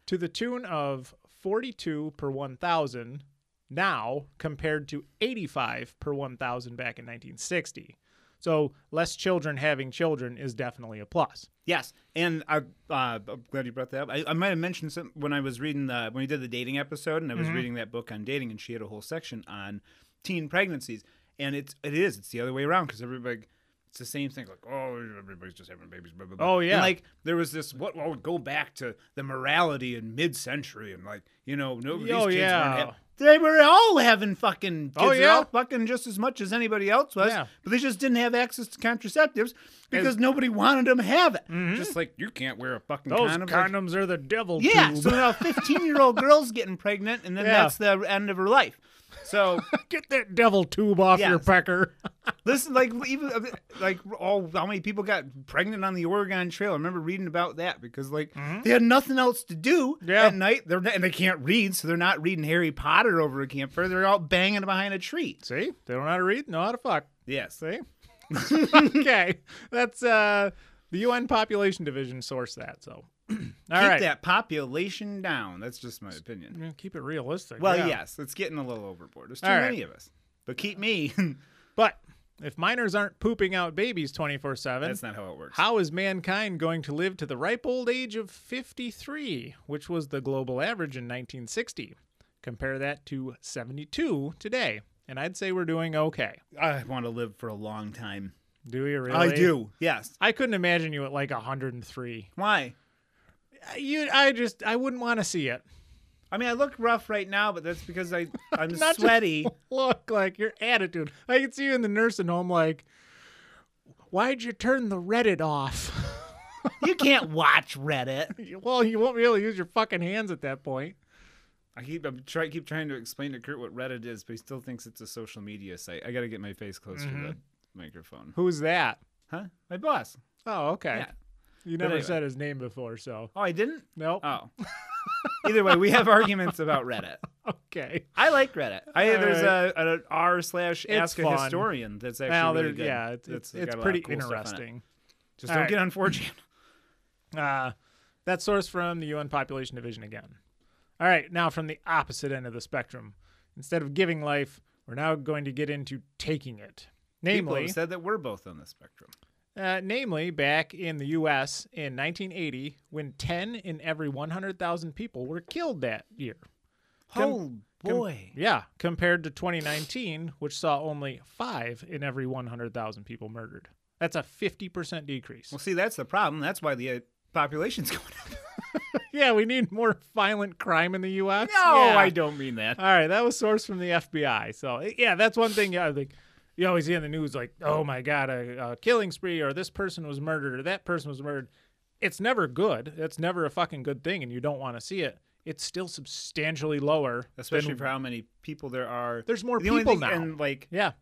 to the tune of 42 per 1,000 now compared to 85 per 1,000 back in 1960. So less children having children is definitely a plus. Yes, and I, uh, I'm glad you brought that up. I, I might have mentioned some when I was reading the when we did the dating episode, and I was Mm-hmm. reading that book on dating, and she had a whole section on teen pregnancies, and it's it is it's the other way around because everybody. It's the same thing, like oh, everybody's just having babies. Blah, blah, blah. Oh, yeah. and like there was this. What well, would go back to the morality in mid-century, and like you know, no, Oh, these kids yeah. weren't. hap- They were all having fucking kids. Oh, They're all yeah? fucking just as much as anybody else was. Yeah. But they just didn't have access to contraceptives because nobody wanted them to have it. Just like you can't wear a fucking Mm-hmm. Those condom. Like, condoms are the devil yeah, tube. so now 15 year old girl's getting pregnant, and then Yeah. that's the end of her life. So Get that devil tube off your Yes. pecker. listen, like even like all how many people got pregnant on the Oregon Trail? I remember reading about that because like they had nothing else to do Mm-hmm. Yeah. at night. They're not, and they can't read, so they're not reading Harry Potter over a campfire. They're all banging behind a tree. See, they don't know how to read, know how to fuck. Yes, See? okay. That's uh the UN population division sourced that, so all keep right. that population down. That's just my opinion. Yeah, Keep it realistic. Well, yeah. yes, it's getting a little overboard. There's too All right. many of us, but keep me. But if minors aren't pooping out babies 24 7, That's not how it works. how is mankind going to live to the ripe old age of 53, which was the global average in 1960? Compare that to 72 today. And I'd say we're doing okay. I want to live for a long time. Do you really? I do. Yes. I couldn't imagine you at like 103. Why? Uh, You, I just, I wouldn't want to see it. I mean, I look rough right now, but that's because I I'm Not just- sweaty. Look, like your attitude. I could see you in the nursing home, like, why'd you turn the Reddit off? You can't watch Reddit. well, you won't be able to use your fucking hands at that point. I keep I'm try keep trying to explain to Kurt what Reddit is, but he still thinks it's a social media site. I got to get my face closer to the microphone. Who's that? Mm-hmm. Huh? My boss. Oh, okay. Yeah. You never anyway. said his name before, so Oh, I didn't. nope. Oh. Either way, we have arguments about Reddit. okay. I like Reddit. I All there's right. a, a R slash It's Ask a fun. Historian that's actually now really there, good. yeah, it's it's, got it's a lot of pretty cool stuff on it. interesting. Just All don't right. get on 4chan. Uh, that source from the UN Population Division again. All right, now from the opposite end of the spectrum. Instead of giving life, we're now going to get into taking it. People Namely, have said that we're both on the spectrum. Uh, namely, back in the U.S. in 1980, when 10 in every 100,000 people were killed that year. oh boy. Yeah, compared to 2019, which saw only 5 in every 100,000 people murdered. That's a 50% decrease. well, see, that's the problem. That's why the uh, population's going up. yeah, we need more violent crime in the U.S. Yeah. don't mean that. All right, that was sourced from the FBI. So eh, yeah, that's one thing. Yeah, like you always see in the news, like, oh my god, a, a killing spree, or this person was murdered, or that person was murdered. It's never good. It's never a fucking good thing, and you don't want to see it. It's still substantially lower. especially than- for how many people there are. There's more the only people thing- now. and like, yeah,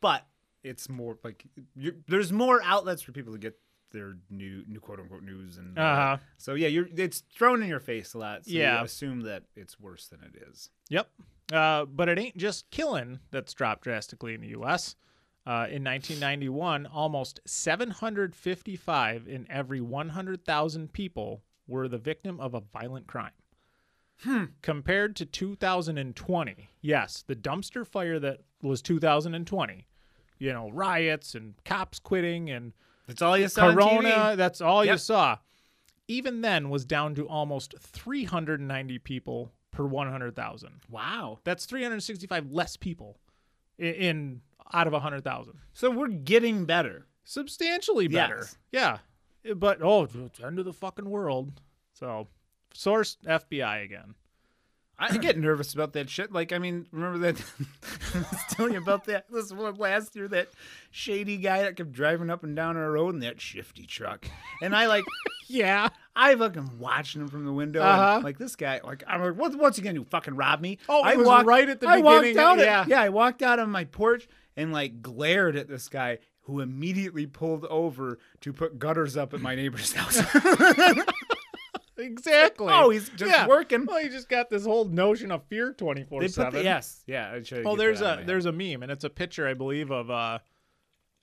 but it's more like you're, there's more outlets for people to get their new, new quote unquote news and all that. Uh-huh. so yeah, you're it's thrown in your face a lot. So yeah, Yeah. you assume that it's worse than it is. yep. Uh, but it ain't just killing that's dropped drastically in the U.S. Uh, in 1991, almost 755 in every 100,000 people were the victim of a violent crime. compared to 2020. Yes, the dumpster fire that was 2020. You know, riots and cops quitting and That's all you saw. corona, that's all you Yep. saw. Even then was down to almost 390 people per 100,000. Wow. That's 365 less people i- in out of 100,000. So we're getting better. Substantially better. Yes. Yeah. But oh, it's end of the fucking world. So, source FBI again. I get nervous about that shit. Like, I mean, remember that? I was telling you about that this one last year, that shady guy that kept driving up and down our road in that shifty truck. And I like, Yeah. I fucking watching him from the window. and, Uh-huh. like this guy, like I'm like, what, what's he gonna do? Fucking rob me? Oh, it I was right at the I walked beginning, out. yeah. At, yeah, I walked out on my porch and like glared at this guy who immediately pulled over to put gutters up at my neighbor's house. Exactly. oh, he's just Yeah. working. Well, you just got this whole notion of fear twenty four They put the, seven. yes, yeah. I tried to Oh, get there's that out of a my head. there's a meme, and it's a picture, I believe, of uh,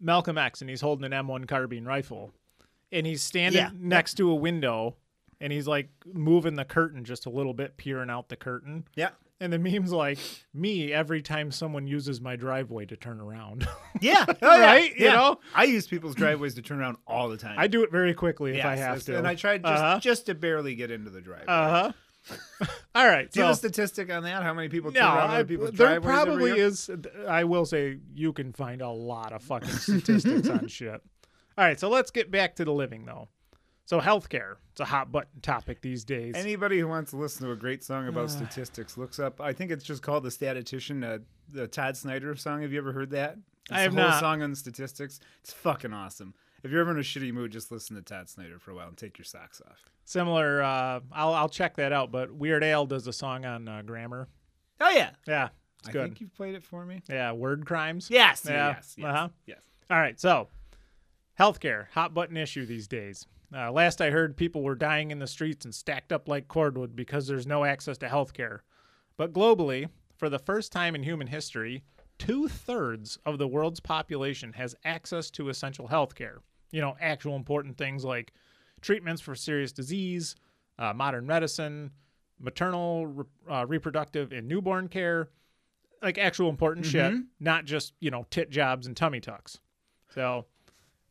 Malcolm X, and he's holding an M1 carbine rifle, and he's standing Yeah. next to a window, and he's like moving the curtain just a little bit, peering out the curtain. yeah, And the meme's like me every time someone uses my driveway to turn around. yeah, Right? You Yeah. know? I use people's driveways to turn around all the time. I do it very quickly if I Yes, have that's- to. and I tried just Uh just to barely get into the driveway. huh. Uh-huh. All right. do you so- have a statistic on that? How many people turn No, around I, other people's there driveways every probably year? is. I will say you can find a lot of fucking statistics on shit. All right, so let's get back to the living though. So healthcare, it's a hot button topic these days. Anybody who wants to listen to a great song about statistics looks up. I think it's just called "The Statistician," uh, the Todd Snyder song. Have you ever heard that? It's I have a whole not. song on statistics. It's fucking awesome. If you're ever in a shitty mood, just listen to Todd Snyder for a while and take your socks off. Similar, uh, I'll I'll check that out. But Weird Al does a song on uh, grammar. Oh yeah, Yeah, it's I good. think you've played it for me. Yeah, word crimes. Yes, Yeah. yes, yes, Uh-huh. yes. All right, so healthcare, hot button issue these days. Uh, last I heard, people were dying in the streets and stacked up like cordwood because there's no access to healthcare. But globally, for the first time in human history, two thirds of the world's population has access to essential healthcare. You know, actual important things like treatments for serious disease, uh, modern medicine, maternal, re- uh, reproductive, and newborn care, like actual important shit, not just, you know, tit jobs and tummy tucks. So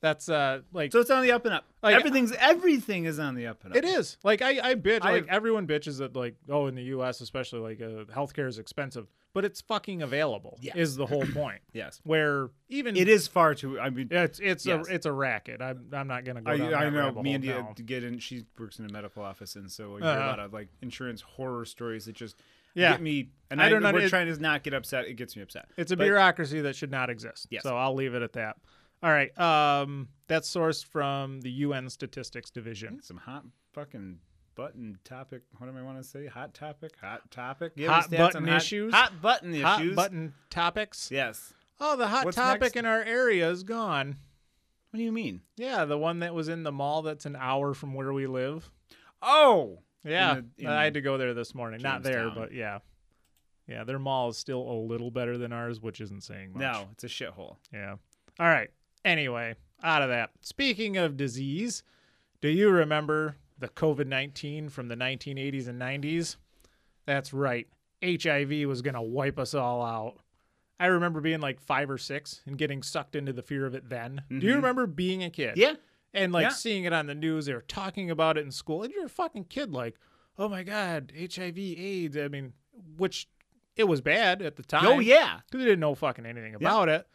that's uh like So it's on the up and up. Like- Everything's everything is on the up and up. Oh, it is. Like I I bitch I like have- everyone bitches that like oh in the US especially like uh, healthcare is expensive, but it's fucking available Yes. is the whole point. Yes, Where even it is far too. I mean, it's it's Yes. a it's a racket. I'm I'm not going to go I, down that I know rabbit hole Mandy now. had to get in. She works in a medical office, and so you hear a Uh-huh. lot of like insurance horror stories that just Yeah. get me. And I I, don't don't. know, We're it- trying to not get upset. It gets me upset. It's a But- bureaucracy that should not exist. Yes. So I'll leave it at that. All right. Um, that's sourced from the UN Statistics Division. Some hot fucking button topic. What do I want to say? Hot topic. Hot topic. You Hot have any stats on button issues? Hot button issues. Hot button topics. Yes. Oh, the hot What's topic next? in our area is gone. What do you mean? Yeah, the one that was in the mall that's an hour from where we live. Oh. Yeah, In the- in I had to go there this morning. Not there, Jamestown. but yeah, yeah. Their mall is still a little better than ours, which isn't saying much. No, it's a shithole. Yeah. All right. Anyway, out of that. Speaking of disease, do you remember the COVID 19 from the 1980s and 90s? That's right. HIV was going to wipe us all out. I remember being like five or six and getting sucked into the fear of it then. Do Mm-hmm. you remember being a kid? Yeah. And like Yeah. seeing it on the news, they were talking about it in school, and you're a fucking kid, like, oh my God, HIV, AIDS. I mean, which it was bad at the time Oh yeah. because they didn't know fucking anything about it.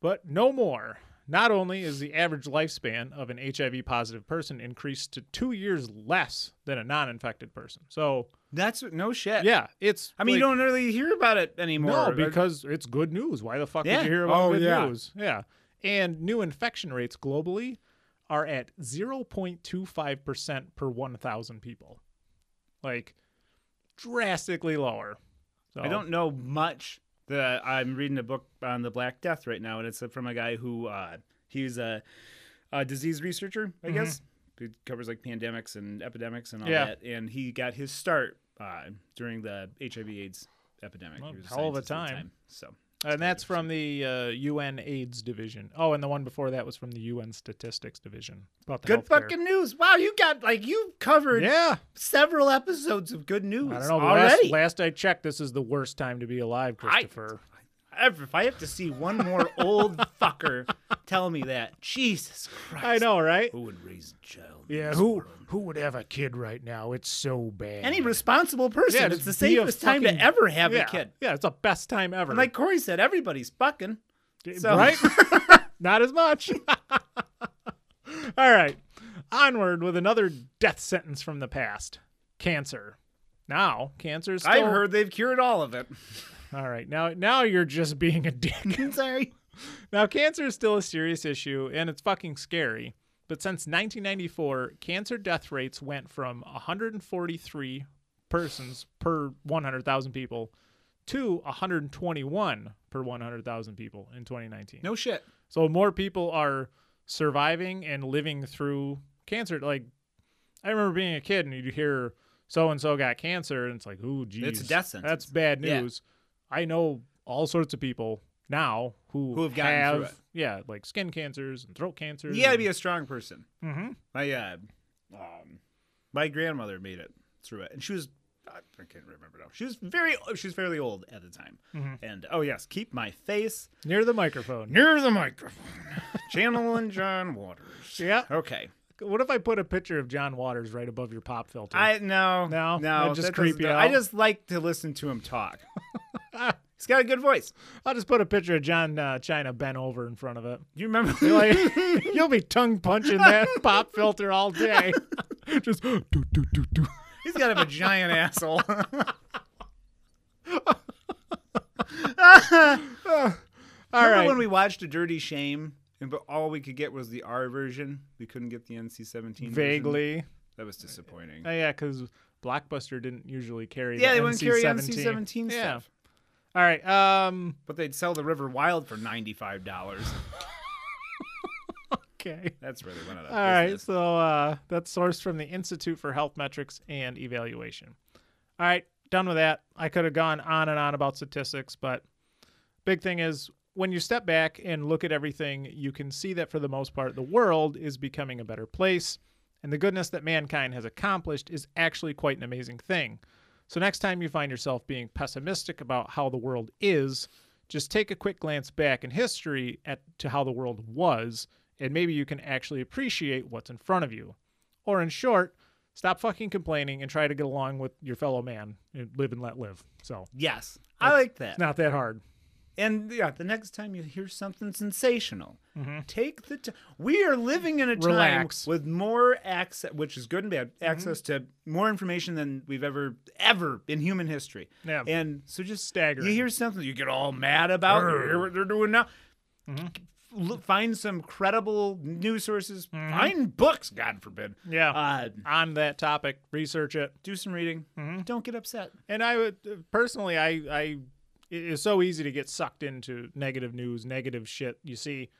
But no more. Not only is the average lifespan of an HIV positive person increased to two years less than a non infected person. So, That's no shit. yeah, it's. I mean, you like- don't really hear about it anymore. No, Like, because it's good news. Why the fuck uh, Yeah. did you hear about Oh, good yeah. news? Yeah. And new infection rates globally are at 0.25% per 1,000 people. Like, drastically lower. So, I don't know much. The I'm reading a book on the Black Death right now, and it's from a guy who uh, he's a, a disease researcher, I guess. He covers like pandemics and epidemics and all Mm-hmm. Yeah. that, and he got his start uh, during the HIV/AIDS epidemic. Well, He was hell of a scientist at the time. So And that's from the uh, UN AIDS division. Oh, and the one before that was from the UN Statistics division. About the good healthcare. fucking news! Wow, you got like you covered yeah. several episodes of good news I don't know. but Last, already. last I checked, this is the worst time to be alive, Christopher. Ever- if I have to see one more old fucker tell me that, Jesus Christ! I, know, right? Who would raise a child? in Yeah. this Who world? who would have a kid right now? It's so bad. Any responsible person. Yeah, it's the just be a safest time to fucking- ever have yeah, a kid. Yeah, it's the best time ever. And like Corey said, everybody's fucking. so- Right? Not as much. All right. Onward with another death sentence from the past. Cancer. Now, cancer is still I've heard they've cured all of it. All right, now now you're just being a dick. Sorry. now cancer is still a serious issue and it's fucking scary. But since 1994, cancer death rates went from 143 persons per 100,000 people to 121 per 100,000 people in 2019. No shit. So more people are surviving and living through cancer. Like I remember being a kid and you'd hear so and so got cancer, and it's like, ooh, geez, It's a death sentence. That's bad Yeah. news. I know all sorts of people now who Who have gotten through it. yeah, like skin cancers and throat cancers. You gotta and- be a strong person. Mhm. My uh, um, my grandmother made it through it, and she was I can't remember now. She was very she was fairly old at the time. And oh yes, keep my face near the microphone. near the microphone. Channeling John Waters. yeah. Okay. What if I put a picture of John Waters right above your pop filter? I no No? no That just doesn't creep you do- I out? just like to listen to him talk. He's got a good voice. I'll just put a picture of John uh, China bent over in front of it. You remember? You're like, you'll be tongue punching that pop filter all day. just do do do do. He's got to have a giant asshole. All Remember right. when we watched A Dirty Shame, and but all we could get was the R version. We couldn't get the NC-17. version? Vaguely. That was disappointing. Oh, yeah, because Blockbuster didn't usually carry. yeah, the they wouldn't carry NC-17. NC-17 Yeah. stuff. All right. Um. But they'd sell the River Wild for ninety-five dollars. Okay. That's really one of the. All right. So uh, that's sourced from the Institute for Health Metrics and Evaluation. All right. Done with that. I could have gone on and on about statistics, but big thing is when you step back and look at everything, you can see that for the most part, the world is becoming a better place. And the goodness that mankind has accomplished is actually quite an amazing thing. So, next time you find yourself being pessimistic about how the world is, just take a quick glance back in history at, to how the world was, and maybe you can actually appreciate what's in front of you. Or, in short, stop fucking complaining and try to get along with your fellow man and live and let live. So, Yes, I like that. not that hard. And yeah, the next time you hear something sensational, take the time. We are living in a time Mm-hmm. Relax. Mm-hmm. with more access, which is good and bad, access to more information than we've ever, ever in human history. Yeah. And so just Staggering. You hear something, you get all mad about. You hear what they're doing now. Mm-hmm. Look, find some credible news sources. Find books, God forbid. Mm-hmm. Yeah. Uh, on that topic, research it. do some reading. Mm-hmm. Don't get upset. And I would personally, I, I, it's so easy to get sucked into negative news, negative shit. You see,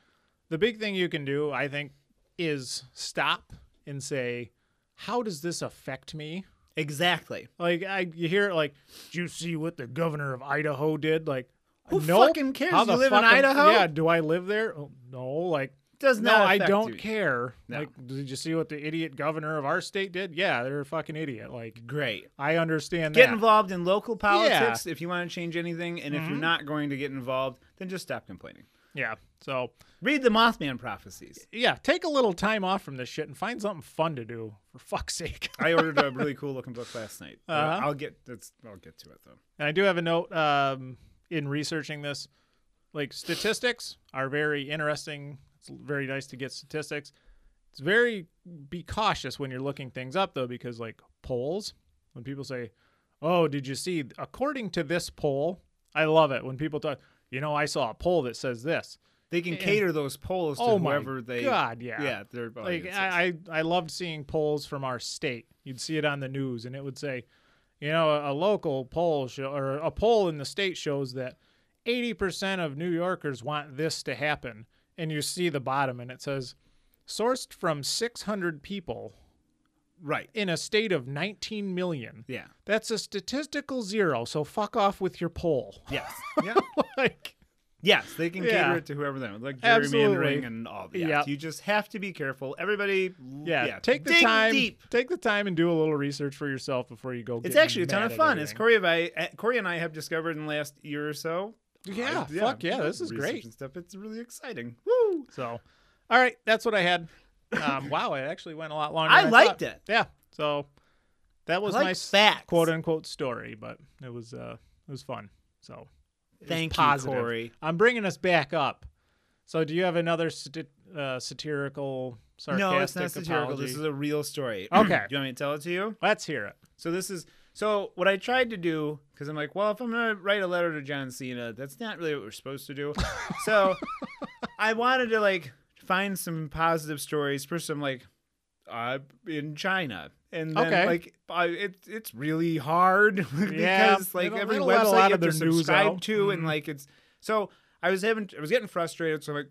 the big thing you can do, I think, is stop and say, how does this affect me? Exactly. Like, I, you hear it like, do you see what the governor of Idaho did? Like, Who nope. fucking cares? How You the live in fuck am- Idaho? Yeah. Do I live there? Oh, no. Like, Does no, not I affect don't you. care. No. Like, did you see what the idiot governor of our state did? Yeah, they're a fucking idiot. Like, Great. I understand Get that. involved in local politics if you want to change anything, and Mm-hmm. if you're not going to get involved, then just stop complaining. Yeah. So, Read the Mothman prophecies. yeah, take a little time off from this shit and find something fun to do for fuck's sake. I ordered a really cool looking book last night. Uh, Uh-huh. I'll get that's I'll get to it though. And I do have a note um, in researching this. Like statistics are very interesting. It's very nice to get statistics. It's very be cautious when you're looking things up though, because like polls, when people say, "Oh, did you see?" According to this poll, I love it when people talk. You know, I saw a poll that says this. They can cater those polls to Oh my whoever they. God, yeah. yeah. oh, Their like audiences. I, I I loved seeing polls from our state. You'd see it on the news, and it would say, you know, a, a local poll show or a poll in the state shows that eighty percent of New Yorkers want this to happen, and you see the bottom, and it says, sourced from six hundred people right. in a state of nineteen million. Yeah. That's a statistical zero, so fuck off with your poll. Yes. yeah. like, Yes. They can Yeah. cater it to whoever they want, like Absolutely. gerrymandering and all. Yeah. Yep. You just have to be careful. Everybody. l- yeah, yeah take the dig time, Deep. take the time, and do a little research for yourself before you go. It's getting actually a ton mad of at fun. As everything. Corey, and I, uh, Corey and I have discovered in the last year or so. Yeah, I- fuck yeah, this is research great. and stuff. It's really exciting. Woo! So, all right, that's what I had. Um, wow, it actually went a lot longer. I than thought. liked it. Yeah. So that was I like my facts. quote unquote story, but it was uh, it was fun. So it was Thank you, positive. Corey. I'm bringing us back up. So do you have another sati- uh, satirical, sarcastic No, it's not satirical. apology? This is a real story. Okay. do you want me to tell it to you? Let's hear it. So this is so what I tried to do because I'm like, well, if I'm gonna write a letter to John Cena, that's not really what we're supposed to do. so I wanted to like find some positive stories. First, I'm like, uh, in China, and then Okay. like I, it, it's really hard because Yeah, they like don't- every they don't let a website lot you of have to their news subscribe out. Mm-hmm. to, and like it's so I was having I was getting frustrated. So I'm like,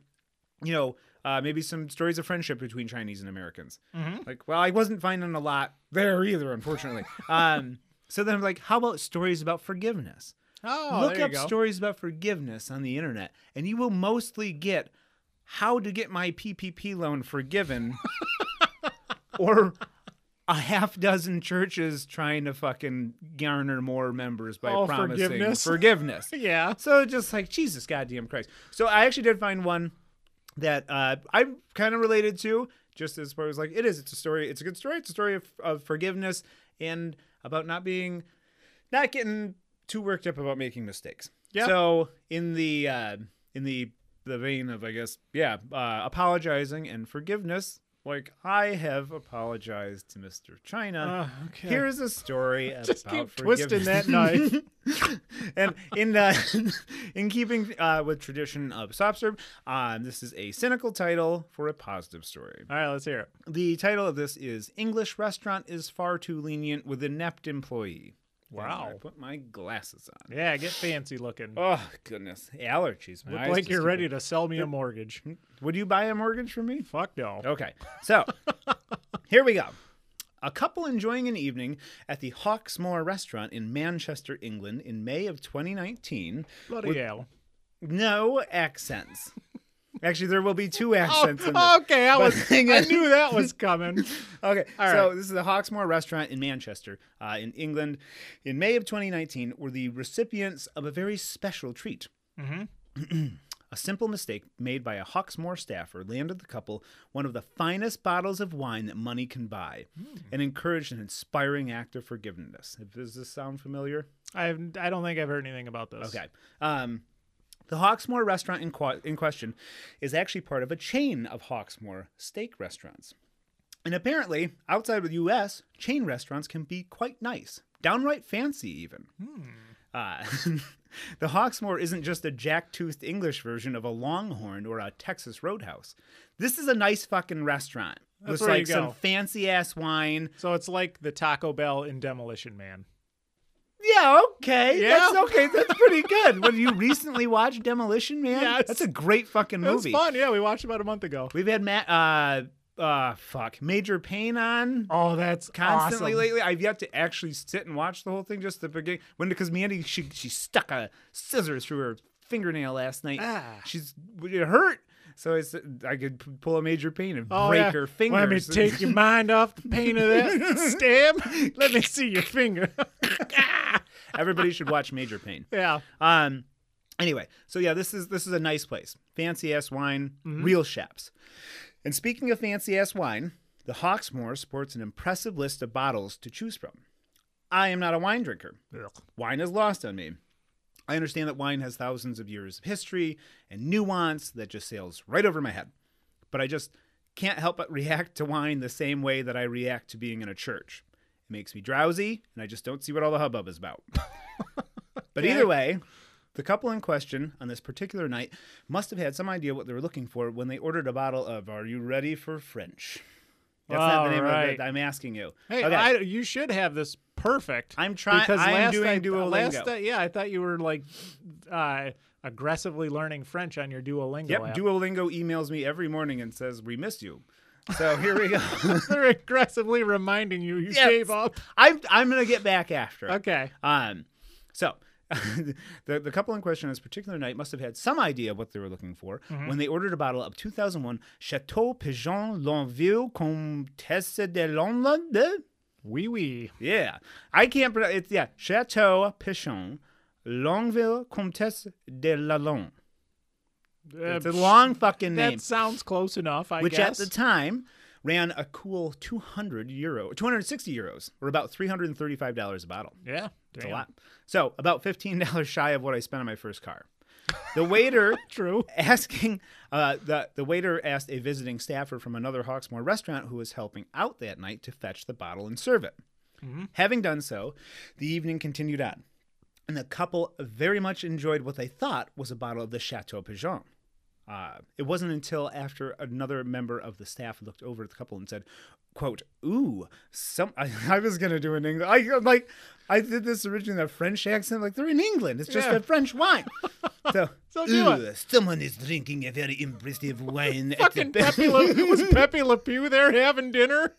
you know, uh, maybe some stories of friendship between Chinese and Americans. Mm-hmm. Like, well, I wasn't finding a lot there either, unfortunately. um, so then I'm like, how about stories about forgiveness? Oh, Look there you up go. stories about forgiveness on the internet, and you will mostly get how to get my PPP loan forgiven, or a half dozen churches trying to fucking garner more members by Oh, promising forgiveness? forgiveness. Yeah. So just like Jesus, goddamn Christ. So I actually did find one that uh, I'm kind of related to, just as far as like it is. It's a story. It's a good story. It's a story of, of forgiveness and about not being, not getting too worked up about making mistakes. Yeah. So in the uh, in the the vein of I guess yeah, uh, apologizing and forgiveness. Like I have apologized to Mr. China. Oh, okay. Here's a story Just about keep twisting forgiveness. that knife. and in uh, in keeping uh, with tradition of soft serve, uh, this is a cynical title for a positive story. All right, let's hear it. The title of this is English Restaurant is Far Too Lenient with Inept Employee. And Wow. I put my glasses on. Yeah, get fancy looking. Oh, goodness. Allergies. My Look eyes like just you're keep- ready to sell me a mortgage. Would you buy a mortgage from me? Fuck no. Okay. So here we go. A couple enjoying an evening at the Hawksmoor restaurant in Manchester, England in May of 2019 Bloody hell. No accents. Actually, there will be two accents in this. Oh, okay, I But- was. I knew that was coming. Okay, All so right. this is the Hawksmoor restaurant in Manchester, uh, in England, in May of 2019, were the recipients of a very special treat. Mhm. a simple mistake made by a Hawksmoor staffer landed the couple one of the finest bottles of wine that money can buy, Hmm. and encouraged an inspiring act of forgiveness. Does this sound familiar? I haven't- I don't think I've heard anything about this. Okay. Um, the Hawksmoor restaurant in, qua in question is actually part of a chain of Hawksmoor steak restaurants. And apparently, outside of the US, chain restaurants can be quite nice, downright fancy, even. Hmm. Uh, the Hawksmoor isn't just a jack-toothed English version of a Longhorn or a Texas Roadhouse. This is a nice fucking restaurant. That's with where you like some go. fancy ass wine. So it's like the Taco Bell in Demolition Man. Yeah, okay. Yeah. That's okay. That's pretty good. When you recently watched Demolition Man, Yes. that's a great fucking It was movie. fun. Yeah, we watched about a month ago. We've had Matt uh uh fuck Major Pain on Oh, that's constantly awesome. lately. I've yet to actually sit and watch the whole thing just the beginning. When because Mandy she she stuck a scissor through her fingernail last night. Ah. She's it hurt. So I said I could p- pull a major pain and Oh, break yeah. her fingers. Let me take your mind off the pain of that stem. Let me see your finger. Everybody should watch Major Pain. yeah. Um. Anyway, so yeah, this is this is a nice place. Fancy ass wine, real chefs. And speaking of fancy ass wine, the Hawksmoor sports an impressive list of bottles to choose from. I am not a wine drinker. Wine is lost on me. I understand that wine has thousands of years of history and nuance that just sails right over my head. But I just can't help but react to wine the same way that I react to being in a church. It makes me drowsy, and I just don't see what all the hubbub is about. but either way, the couple in question on this particular night must have had some idea what they were looking for when they ordered a bottle of Are You Ready for French? That's not the name of Alright. it. I'm asking you. Hey, Okay. I, you should have this perfect. I'm trying- Because I am last doing I, Duolingo. Last I, yeah, I thought you were like uh, aggressively learning French on your Duolingo Yep, app. Duolingo emails me every morning and says, We miss you. So here we go. They're aggressively reminding you you Yes. gave up. I'm, I'm going to get back after. it. Okay. Um, so the, the couple in question on this particular night must have had some idea what they were looking for when they ordered a bottle of 2001 Chateau Pigeon Longueville Comtesse de Longueville. Wee wee. Yeah. I can't pronounce it. Yeah. Chateau Pigeon Longueville Comtesse de Lalonde. It's a long fucking Uh, That name. sounds close enough, I which guess. at the time ran a cool 200 euro 260 euros or about 335 dollars a bottle yeah. That's damn. a lot so about 15 dollars shy of what i spent on my first car the waiter True. asking uh, the, the waiter asked a visiting staffer from another hawksmoor restaurant who was helping out that night to fetch the bottle and serve it Mm-hmm. having done so the evening continued on and the couple very much enjoyed what they thought was a bottle of the chateau pigeon uh, it wasn't until after another member of the staff looked over at the couple and said, "Quote, ooh, some." I, I was gonna do an English. I I'm like, I did this originally in a French accent. Like they're in England. It's just Yeah. a French wine. So, So do it. "Ooh, someone is drinking a very impressive wine. at the Fucking be- Pepe Le, was Pepe Le Pew there having dinner?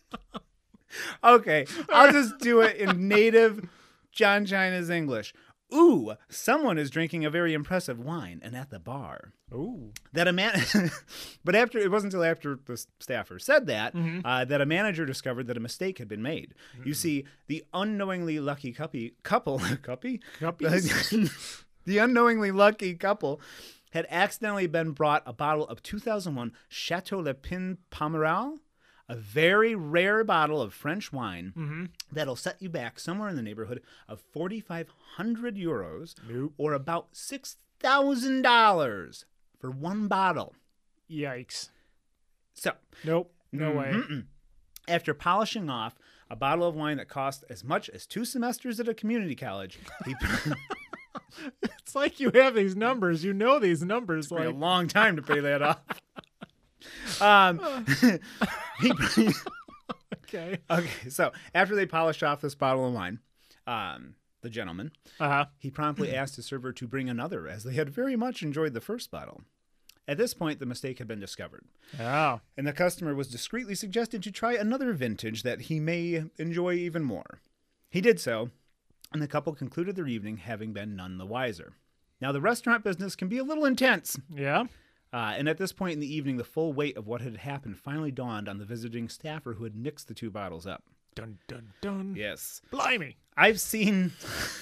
okay, I'll just do it in native John China's English. Ooh, someone is drinking a very impressive wine, and at the bar. Ooh. that a man but after it wasn't until after the s- staffer said that uh, that a manager discovered that a mistake had been made you see the unknowingly lucky cuppy, couple cuppy Cuppies. the unknowingly lucky couple had accidentally been brought a bottle of 2001 chateau le pin pomerel a very rare bottle of French wine Mm-hmm. that'll set you back somewhere in the neighborhood of 4,500 euros Nope. or about $6,000 for one bottle. Yikes. So, Nope. No way. Mm-mm. After polishing off a bottle of wine that cost as much as two semesters at a community college, he It's like you have these numbers. You know these numbers. took me Like a long time to pay that off. Um, he- okay. okay, so after they polished off this bottle of wine, um, the gentleman Uh huh. he promptly asked his server to bring another, as they had very much enjoyed the first bottle. At this point, the mistake had been discovered, Oh. and the customer was discreetly suggested to try another vintage that he may enjoy even more. He did so, and the couple concluded their evening having been none the wiser. Now, the restaurant business can be a little intense. Yeah. Uh, and at this point in the evening, the full weight of what had happened finally dawned on the visiting staffer who had nixed the two bottles up. Dun dun dun. Yes. Blimey. I've seen,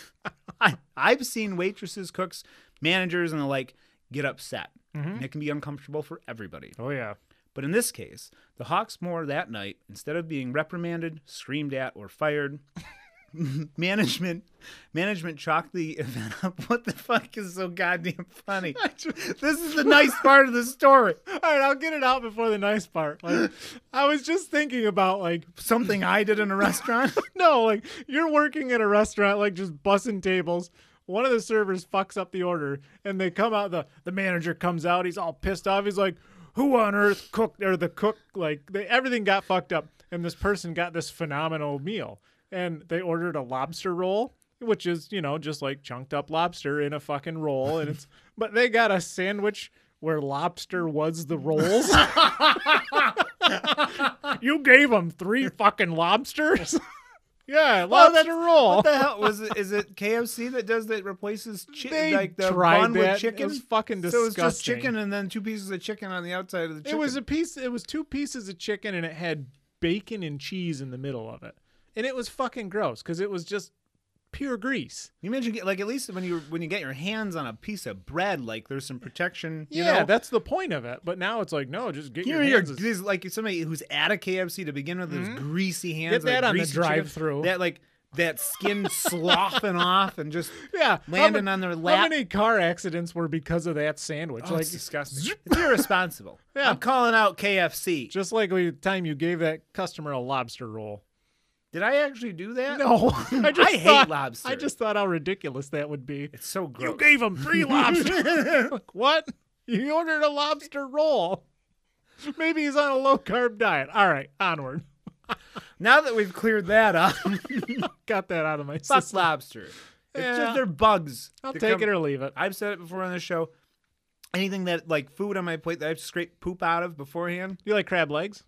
I, I've seen waitresses, cooks, managers, and the like get upset. And it can be uncomfortable for everybody. Oh yeah. But in this case, the Hawksmoor that night, instead of being reprimanded, screamed at, or fired, management management chalked the event up. What the fuck is so goddamn funny? This is the nice part of the story. All right, I'll get it out before the nice part. Like, I was just thinking about like, Something I did in a restaurant. no, like you're working at a restaurant, like just bussing tables. One of the servers fucks up the order, and they come out. the The manager comes out. He's all pissed off. He's like, "Who on earth cooked?" Or the cook, like, they, everything got fucked up, and this person got this phenomenal meal, and they ordered a lobster roll. Which is, you know, just like chunked up lobster in a fucking roll, and it's. But they got a sandwich where lobster was the rolls. You gave them three fucking lobsters? yeah, lobster roll. Oh, What the hell was it? Is it KFC that does that replaces chicken They like the tried bun that. with chicken? It was fucking disgusting. So it's just chicken and then two pieces of chicken on the outside of the chicken. It was a piece. It was two pieces of chicken, and it had bacon and cheese in the middle of it, and it was fucking gross because it was just pure grease. you imagine get- like at least when you when you get your hands on a piece of bread, like there's some protection. You yeah, know? that's the point of it. But now it's like, no, just get you your know, you're hands. as- these, like somebody who's at a KFC to begin with, those greasy hands. Get that like, on the greasy chicken, drive-thru. That like that skin sloughing off and just yeah, how landing ma- on their How lap. many car accidents were because of that sandwich? Oh, like it's disgusting. It's irresponsible. Yeah. I'm calling out KFC. just like the time you gave that customer a lobster roll. Did I actually do that? No, I just hate thought- lobster. I just thought how ridiculous that would be. It's so gross. You gave him three lobsters. Like, what? You ordered a lobster roll. Maybe he's on a low carb diet. All right, onward. Now that we've cleared that up, Got that out of my fuck system. lobster. It's Yeah. just they're bugs. I'll that take come- it or leave it. I've said it before on the show. Anything that like food on my plate that I've scraped poop out of beforehand. You like crab legs?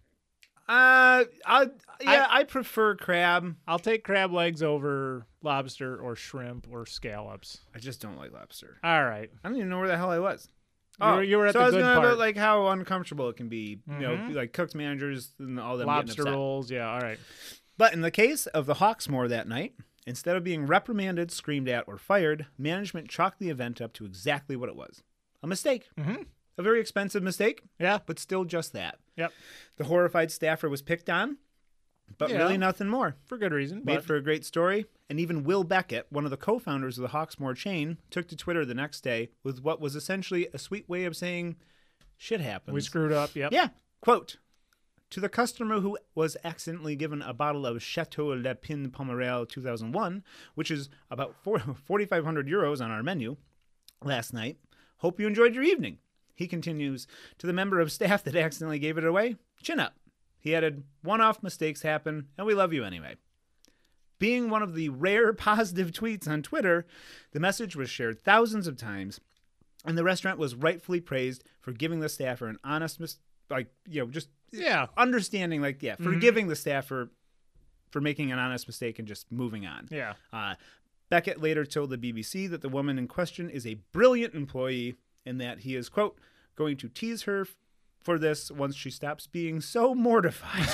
Uh, I yeah, I, prefer crab. I'll take crab legs over lobster or shrimp or scallops. I just don't like lobster. All right. I don't even know where the hell I was. Oh, You were- you were at so the I was good gonna part. about like how uncomfortable it can be, you know, Mhm. like cooks, managers, and all that. Lobster rolls. Yeah, all right. But in the case of the Hawksmoor that night, instead of being reprimanded, screamed at, or fired, management chalked the event up to exactly what it was a mistake. Mhm. A very expensive mistake, Yeah. but still just that. Yep. The horrified staffer was picked on, but Yeah. really nothing more. For good reason. Made But for a great story, and even Will Beckett, one of the co founders of the Hawksmoor chain, took to Twitter the next day with what was essentially a sweet way of saying, shit happens. we screwed up. Yep. Yeah. Quote To the customer who was accidentally given a bottle of Chateau Le Pin Pomerel 2001, which is about four- 4,500 euros on our menu last night, hope you enjoyed your evening. He continues To the member of staff that accidentally gave it away, chin up. He added, One off mistakes happen, and we love you anyway. Being one of the rare positive tweets on Twitter, the message was shared thousands of times and the restaurant was rightfully praised for giving the staffer an honest mis- like you know just Yeah. understanding like yeah forgiving the staffer for making an honest mistake and just moving on Yeah. uh, beckett later told the bbc that the woman in question is a brilliant employee and that he is quote going to tease her f- for this once she stops being so mortified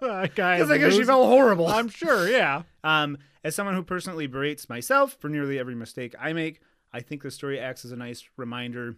That Uh, guy because i is guess she losing- felt horrible I'm sure. Yeah. um, as someone who personally berates myself for nearly every mistake I make, I think the story acts as a nice reminder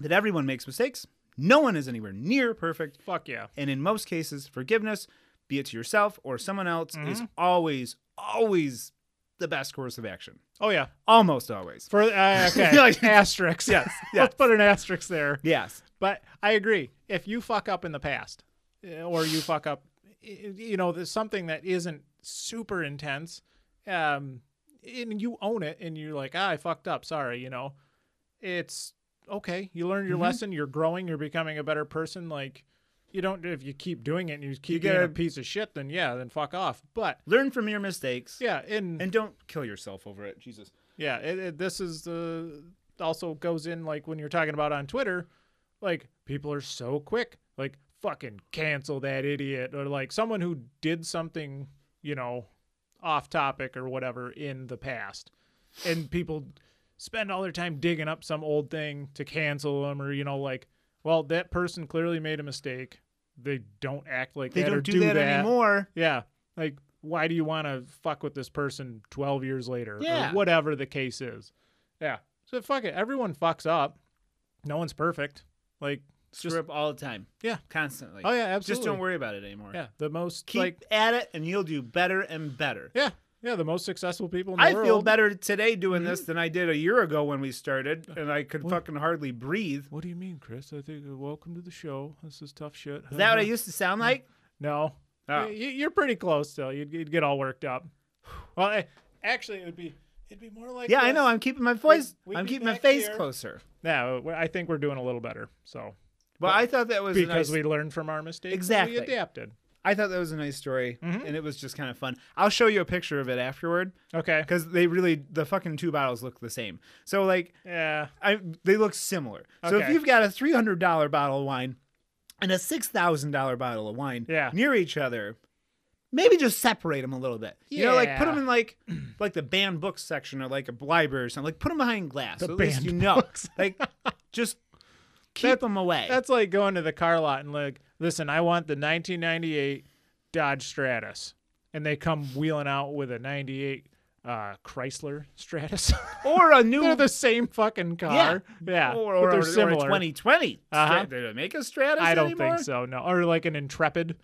that everyone makes mistakes. No one is anywhere near perfect. Fuck yeah. And in most cases, forgiveness, be it to yourself or someone else, is always, always the best course of action. Oh yeah. Almost always. For uh, okay, Like- asterisk. Yes, Let's put an asterisk there. Yes. But I agree. If you fuck up in the past, eh, or you fuck up, eh, you know, there's something that isn't super intense, um, and you own it, and you're like, ah, I fucked up. Sorry, you know, it's okay. You learned your lesson. You're growing. You're becoming a better person. Like, you don't if you keep doing it and you keep being gotta- a piece of shit, then yeah, then fuck off. But Learn from your mistakes yeah, in and don't kill yourself over it. Jesus. yeah, it, it, this is the also goes in like when you're talking about on Twitter, like people are so quick, like fucking cancel that idiot or like someone who did something, you know, off topic or whatever in the past. And people spend all their time digging up some old thing to cancel them or you know like, well, that person clearly made a mistake. They don't act like They that or don't do, do that, anymore. yeah. Like, why do you want to fuck with this person 12 years later? Yeah. Or whatever the case is. Yeah. So fuck it. Everyone fucks up. No one's perfect. Like, Screw Just- up all the time. Yeah. Constantly. oh, yeah, Just absolutely. don't worry about it anymore. Yeah. The most, Keep like, at it and you'll do better and better. yeah. Yeah. The most successful people in the I world. Mm-hmm. feel better today doing this than I did a year ago when we started, and I could fucking hardly breathe. What do you mean, Chris? I think, uh, welcome to the show. This is tough shit. Is that what I used to sound like? No. Oh. Y- y- You're pretty close still. You'd, you'd get all worked up. Well, I, actually, it would be. It'd be more like Yeah, I this. know. I'm keeping my voice. we'd I'm be keeping my back face here. closer. Yeah, we- I think we're doing a little better. So Well, I thought that was a because nice- we learned from our mistakes, and Exactly. we adapted. I thought that was a nice story, Mm-hmm. and it was just kind of fun. I'll show you a picture of it afterward Okay. because they really the fucking two bottles look the same. So like, Yeah. I they look similar. So if Okay. you've got a three hundred dollar bottle of wine and a six thousand dollar bottle of wine Yeah. near each other, maybe just separate them a little bit. You know, like put Yeah. them in like like the banned books section or like a library or something. Like put them behind glass. The so at least banned you know. Like just keep That- them away. That's like going to the car lot and like, listen, I want the 1998 Dodge Stratus, and they come wheeling out with a 98 uh, Chrysler Stratus. or a new they're the same fucking car. Yeah. or, but or, they're or, similar. or a 2020. Uh-huh. Stra- Do they make a Stratus I don't anymore? think so. No. Or like an Intrepid.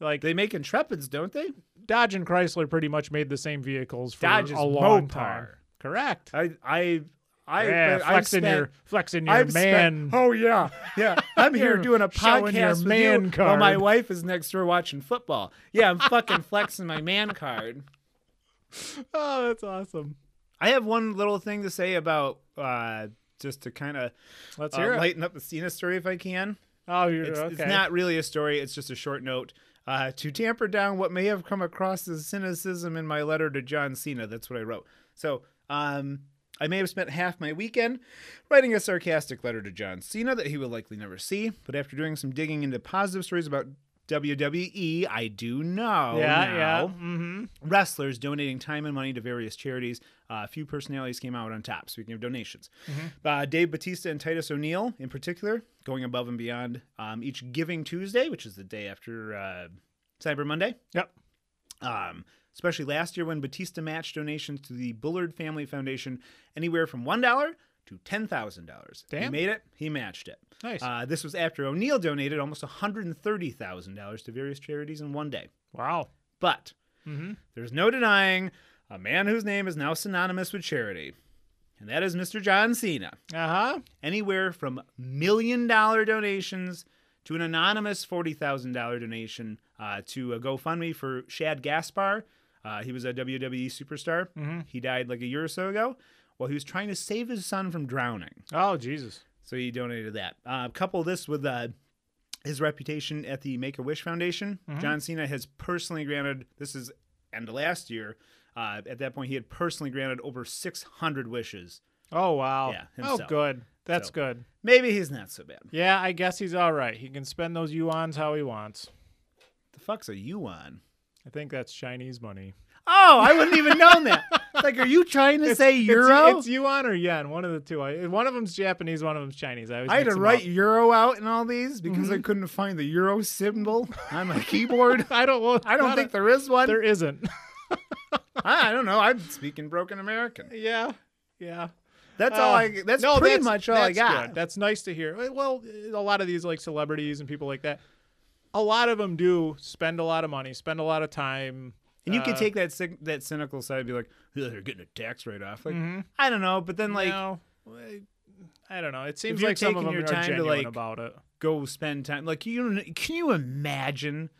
Like They make Intrepids, don't they? Dodge and Chrysler pretty much made the same vehicles for Dodge is a long Mopar. time. Correct. I I I yeah, but I've flexing spent- your flexing your I've man. Spent, oh yeah, yeah. I'm here You're doing a showing your podcast with man you while my card. wife is next door watching football. Yeah, I'm fucking flexing my man card. Oh, that's awesome. I have one little thing to say about uh, just to kind of Let's uh, hear it. lighten up the Cena story if I can. Oh, you're It's, okay. it's not really a story. It's just a short note. Uh, to tamper down what may have come across as cynicism in my letter to John Cena. That's what I wrote. So um, I may have spent half my weekend writing a sarcastic letter to John Cena that he will likely never see. But after doing some digging into positive stories about WWE, I do know. yeah, yeah. now Mm-hmm. wrestlers donating time and money to various charities. Uh, a few personalities came out on top, speaking of donations. Mm-hmm. Uh, Dave Batista and Titus O'Neil, in particular, going above and beyond um, each Giving Tuesday, which is the day after uh, Cyber Monday. Yep. Um, especially last year when Batista matched donations to the Bullard Family Foundation anywhere from $1 to $10,000. He Damn. made it, he matched it. Nice. Uh, this was after O'Neil donated almost $130,000 to various charities in one day. wow. But Mm-hmm. there's no denying a man whose name is now synonymous with charity, and that is Mr. John Cena. Uh huh. Anywhere from million dollar donations to an anonymous $40,000 donation uh, to a GoFundMe for Shad Gaspar. Uh, he was a WWE superstar. He died like a year or so ago while he was trying to save his son from drowning. Oh Jesus. So he donated that. Uh, couple this with uh, his reputation at the Make a Wish Foundation. Mm-hmm. John Cena has personally granted this is end of last year. Uh, at that point, he had personally granted over 600 wishes. Oh wow. Yeah, oh himself. good. That's So- good. Maybe he's not so bad. Yeah, I guess he's all right. He can spend those yuan's how he wants. The fuck's a yuan? I think that's Chinese money. Oh, I wouldn't even known that. It's like, are you trying to say It's- euro? It's, yuan or yen. One of the two. I, one of them's Japanese. One of them's Chinese. I always I had mix to them write up. euro out in all these because Mm-hmm. I couldn't find the euro symbol on my keyboard. I don't. Well, I don't not think a- there is one. there isn't. I I don't know. I'm speaking broken American. yeah. Yeah. That's all Uh, I. That's no, pretty that's- much all I that's got. good. That's nice to hear. Uh, Well, uh, a lot of these like celebrities and people like that, a lot of them do spend a lot of money, spend a lot of time. And you uh, could take that cyc- that cynical side and be like, "Ugh, they're getting a tax write off. Like, I don't know, but then like Mm-hmm. no, I- I don't know. It seems you're like some of taking them your are time to, genuine like- about it. go spend time. Like, you don't- can you imagine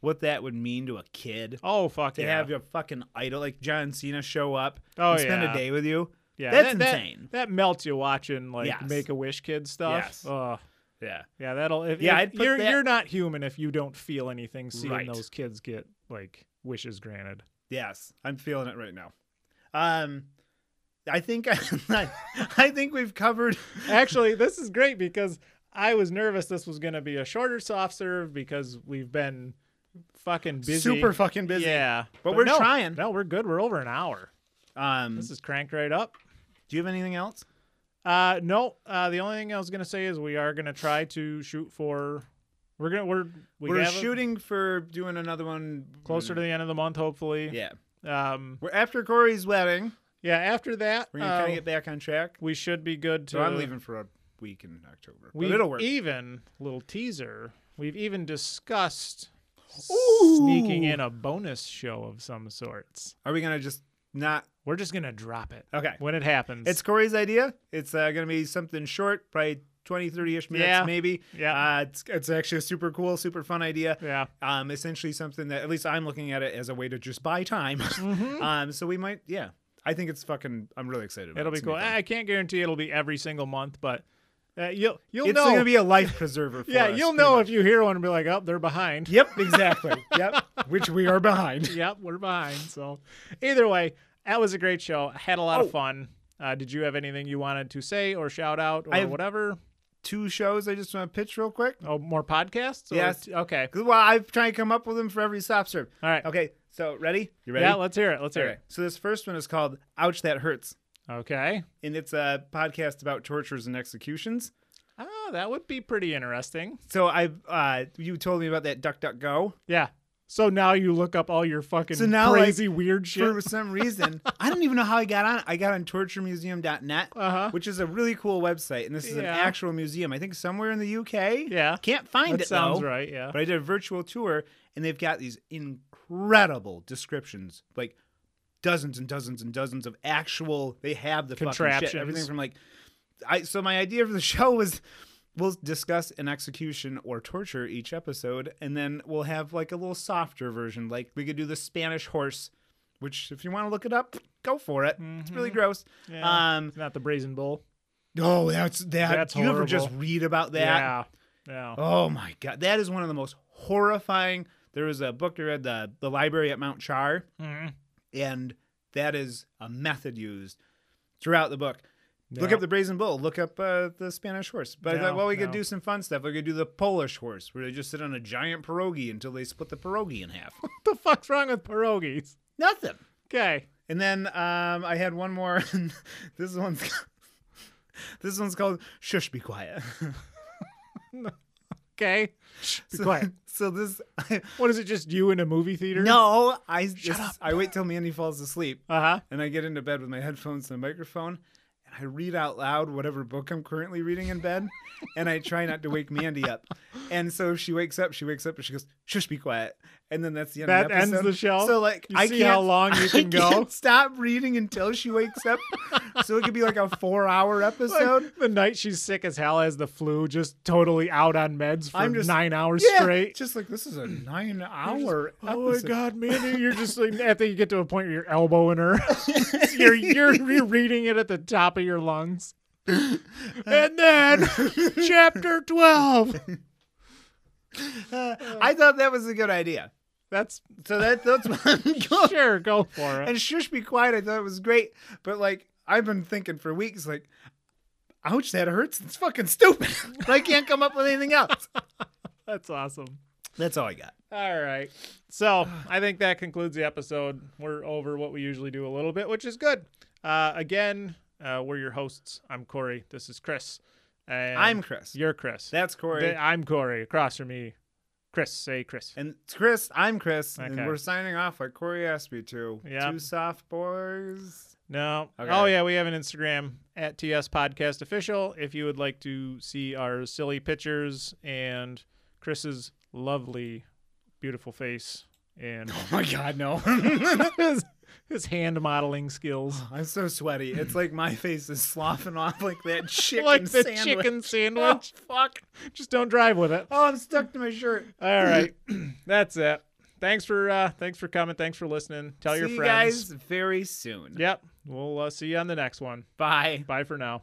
what that would mean to a kid Oh fuck to yeah! have your fucking idol like John Cena show up Oh, and spend yeah. a day with you? yeah, that's that, that- insane. That, melts you watching like Yes. Make a Wish kid stuff. Yes. Ugh. yeah, Yeah, that'll. If, Yeah, if I'd put you're that- you're not human if you don't feel anything seeing Right. those kids get like wishes granted. yes, I'm feeling it right now. Um, I think I, I think we've covered. Actually, this is great because I was nervous this was going to be a shorter soft serve because we've been fucking busy. Super fucking busy. Yeah, But we're no, trying. No, we're good. We're over an hour. Um, This is cranked right up. do you have anything else? Uh, no. Uh, the only thing I was gonna say is we are gonna try to shoot for. We're gonna we're we We're have a- shooting for doing another one closer to the end of the month, hopefully. Yeah. Yeah. Um. We're after Corey's wedding. Yeah. After that, We're gonna kind uh, of get back on track. we should be good to. So I'm leaving for a week in October. We've but it'll work. even little teaser. We've even discussed Ooh. sneaking in a bonus show of some sorts. Are we gonna just not? We're just gonna drop it Okay. when it happens. It's Corey's idea. It's uh, gonna be something short, probably 20, 30 ish minutes, Yeah. maybe. Yeah. Uh, it's it's actually a super cool, super fun idea. yeah. Um, essentially something that at least I'm looking at it as a way to just buy time. Mm-hmm. um, so we might, yeah. I think it's fucking. I'm really excited. About It'll it. be It's gonna cool. Ah, fun. I can't guarantee it'll be every single month, but uh, you'll you'll It's know. gonna be a life preserver. For yeah, us, you'll pretty know much. if you hear one and be like, "Oh, they're behind." Yep, exactly. yep, which we are behind. yep, we're behind. So, either way, that was a great show. I had a Oh. lot of fun. Uh, did you have anything you wanted to say or shout out or I have- whatever? Two shows I just want to pitch real quick. Oh, more podcasts? Or Yes. okay. 'Cause, Well, I've tried to come up with them for every stop serve. All right. Okay, so ready? You ready? Yeah, let's hear it. Let's hear Okay, So this first one is called "Ouch That Hurts," it. Okay. and it's a podcast about tortures and executions. Oh, that would be pretty interesting. So I, uh, you told me about that DuckDuckGo. Yeah. So now you look up all your fucking So now, like, crazy weird shit. For some reason, I don't even know how I got on. I got on torturemuseum.net, Uh-huh. which is a really cool website, and this is an Yeah. actual museum. I think somewhere in the UK. Yeah. Can't find that it sounds though. right. Yeah. But I did a virtual tour, and they've got these incredible descriptions, like dozens and dozens and dozens of actual. They have the fucking Contraptions. shit, everything from like. I so my idea for the show was we'll discuss an execution or torture each episode, and then we'll have like a little softer version. Like we could do the Spanish horse, which if you want to look it up, go for it. It's really gross. Mm-hmm. Yeah. Um, Not the brazen bull. oh, that's that. That's you ever just horrible. read about that? Yeah. Yeah. Oh my god, that is one of the most horrifying. There was a book I read, uh, the the library at Mount Char, Mhm. and that is a method used throughout the book. Look Yeah. up the Brazen Bull. Look up uh, the Spanish horse. But I No, thought, well, we could no. do some fun stuff. We could do the Polish horse, where they just sit on a giant pierogi until they split the pierogi in half. What the fuck's wrong with pierogies? Nothing. Okay. And then um, I had one more. this one's this one's called "Shush, Be Quiet." Okay. Be quiet. so this. What is it? Just you in a movie theater? No, I just I wait till Mandy falls asleep Uh huh. and I get into bed with my headphones and a microphone and I read out loud whatever book I'm currently reading in bed and I try not to wake Mandy up. And so if she wakes up, she wakes up and she goes, "Shush, be quiet." And then that's the end. of That the ends episode. the show? So like, You I see can't, how long you I can go? can't Stop reading until she wakes up. so it could be like a four-hour episode. Like, the night she's sick as hell has the flu, just totally out on meds for I'm just- nine hours Yeah, straight. Just like this is a nine-hour. oh my god, Mandy, you're just like I think you get to a point where you're elbowing her. you're, you're you're reading it at the top of your lungs. And then chapter twelve. I thought that was a good idea. That's So that that's what I'm going. sure, go for it. And Shush Be Quiet, I thought it was great. But like, I've been thinking for weeks, like, ouch, that hurts. It's fucking stupid. I can't come up with anything else. That's awesome. That's all I got. All right. So I think that concludes the episode. We're over what we usually do a little bit, which is good. Uh, again, uh, we're your hosts. I'm Corey. This is Chris. And I'm Chris. You're Chris. That's Corey. Th- I'm Corey. Across from me Chris, say Chris. And it's Chris, I'm Chris, and Okay. we're signing off like Corey asked me to. Yep. Two soft boys. No. Okay. Oh yeah, we have an Instagram at TS Podcast Official. If you would like to see our silly pictures and Chris's lovely, beautiful face and Oh my God, no. his, his hand modeling skills, I'm so sweaty. It's like my face is sloughing off like that chicken like the sandwich. chicken sandwich. fuck! Just don't drive with it. Oh, I'm stuck to my shirt. All right, that's it. Thanks for uh, thanks for coming. Thanks for listening. Tell your See friends. you guys very soon. Yep, we'll uh, see you on the next one. Bye. Bye for now.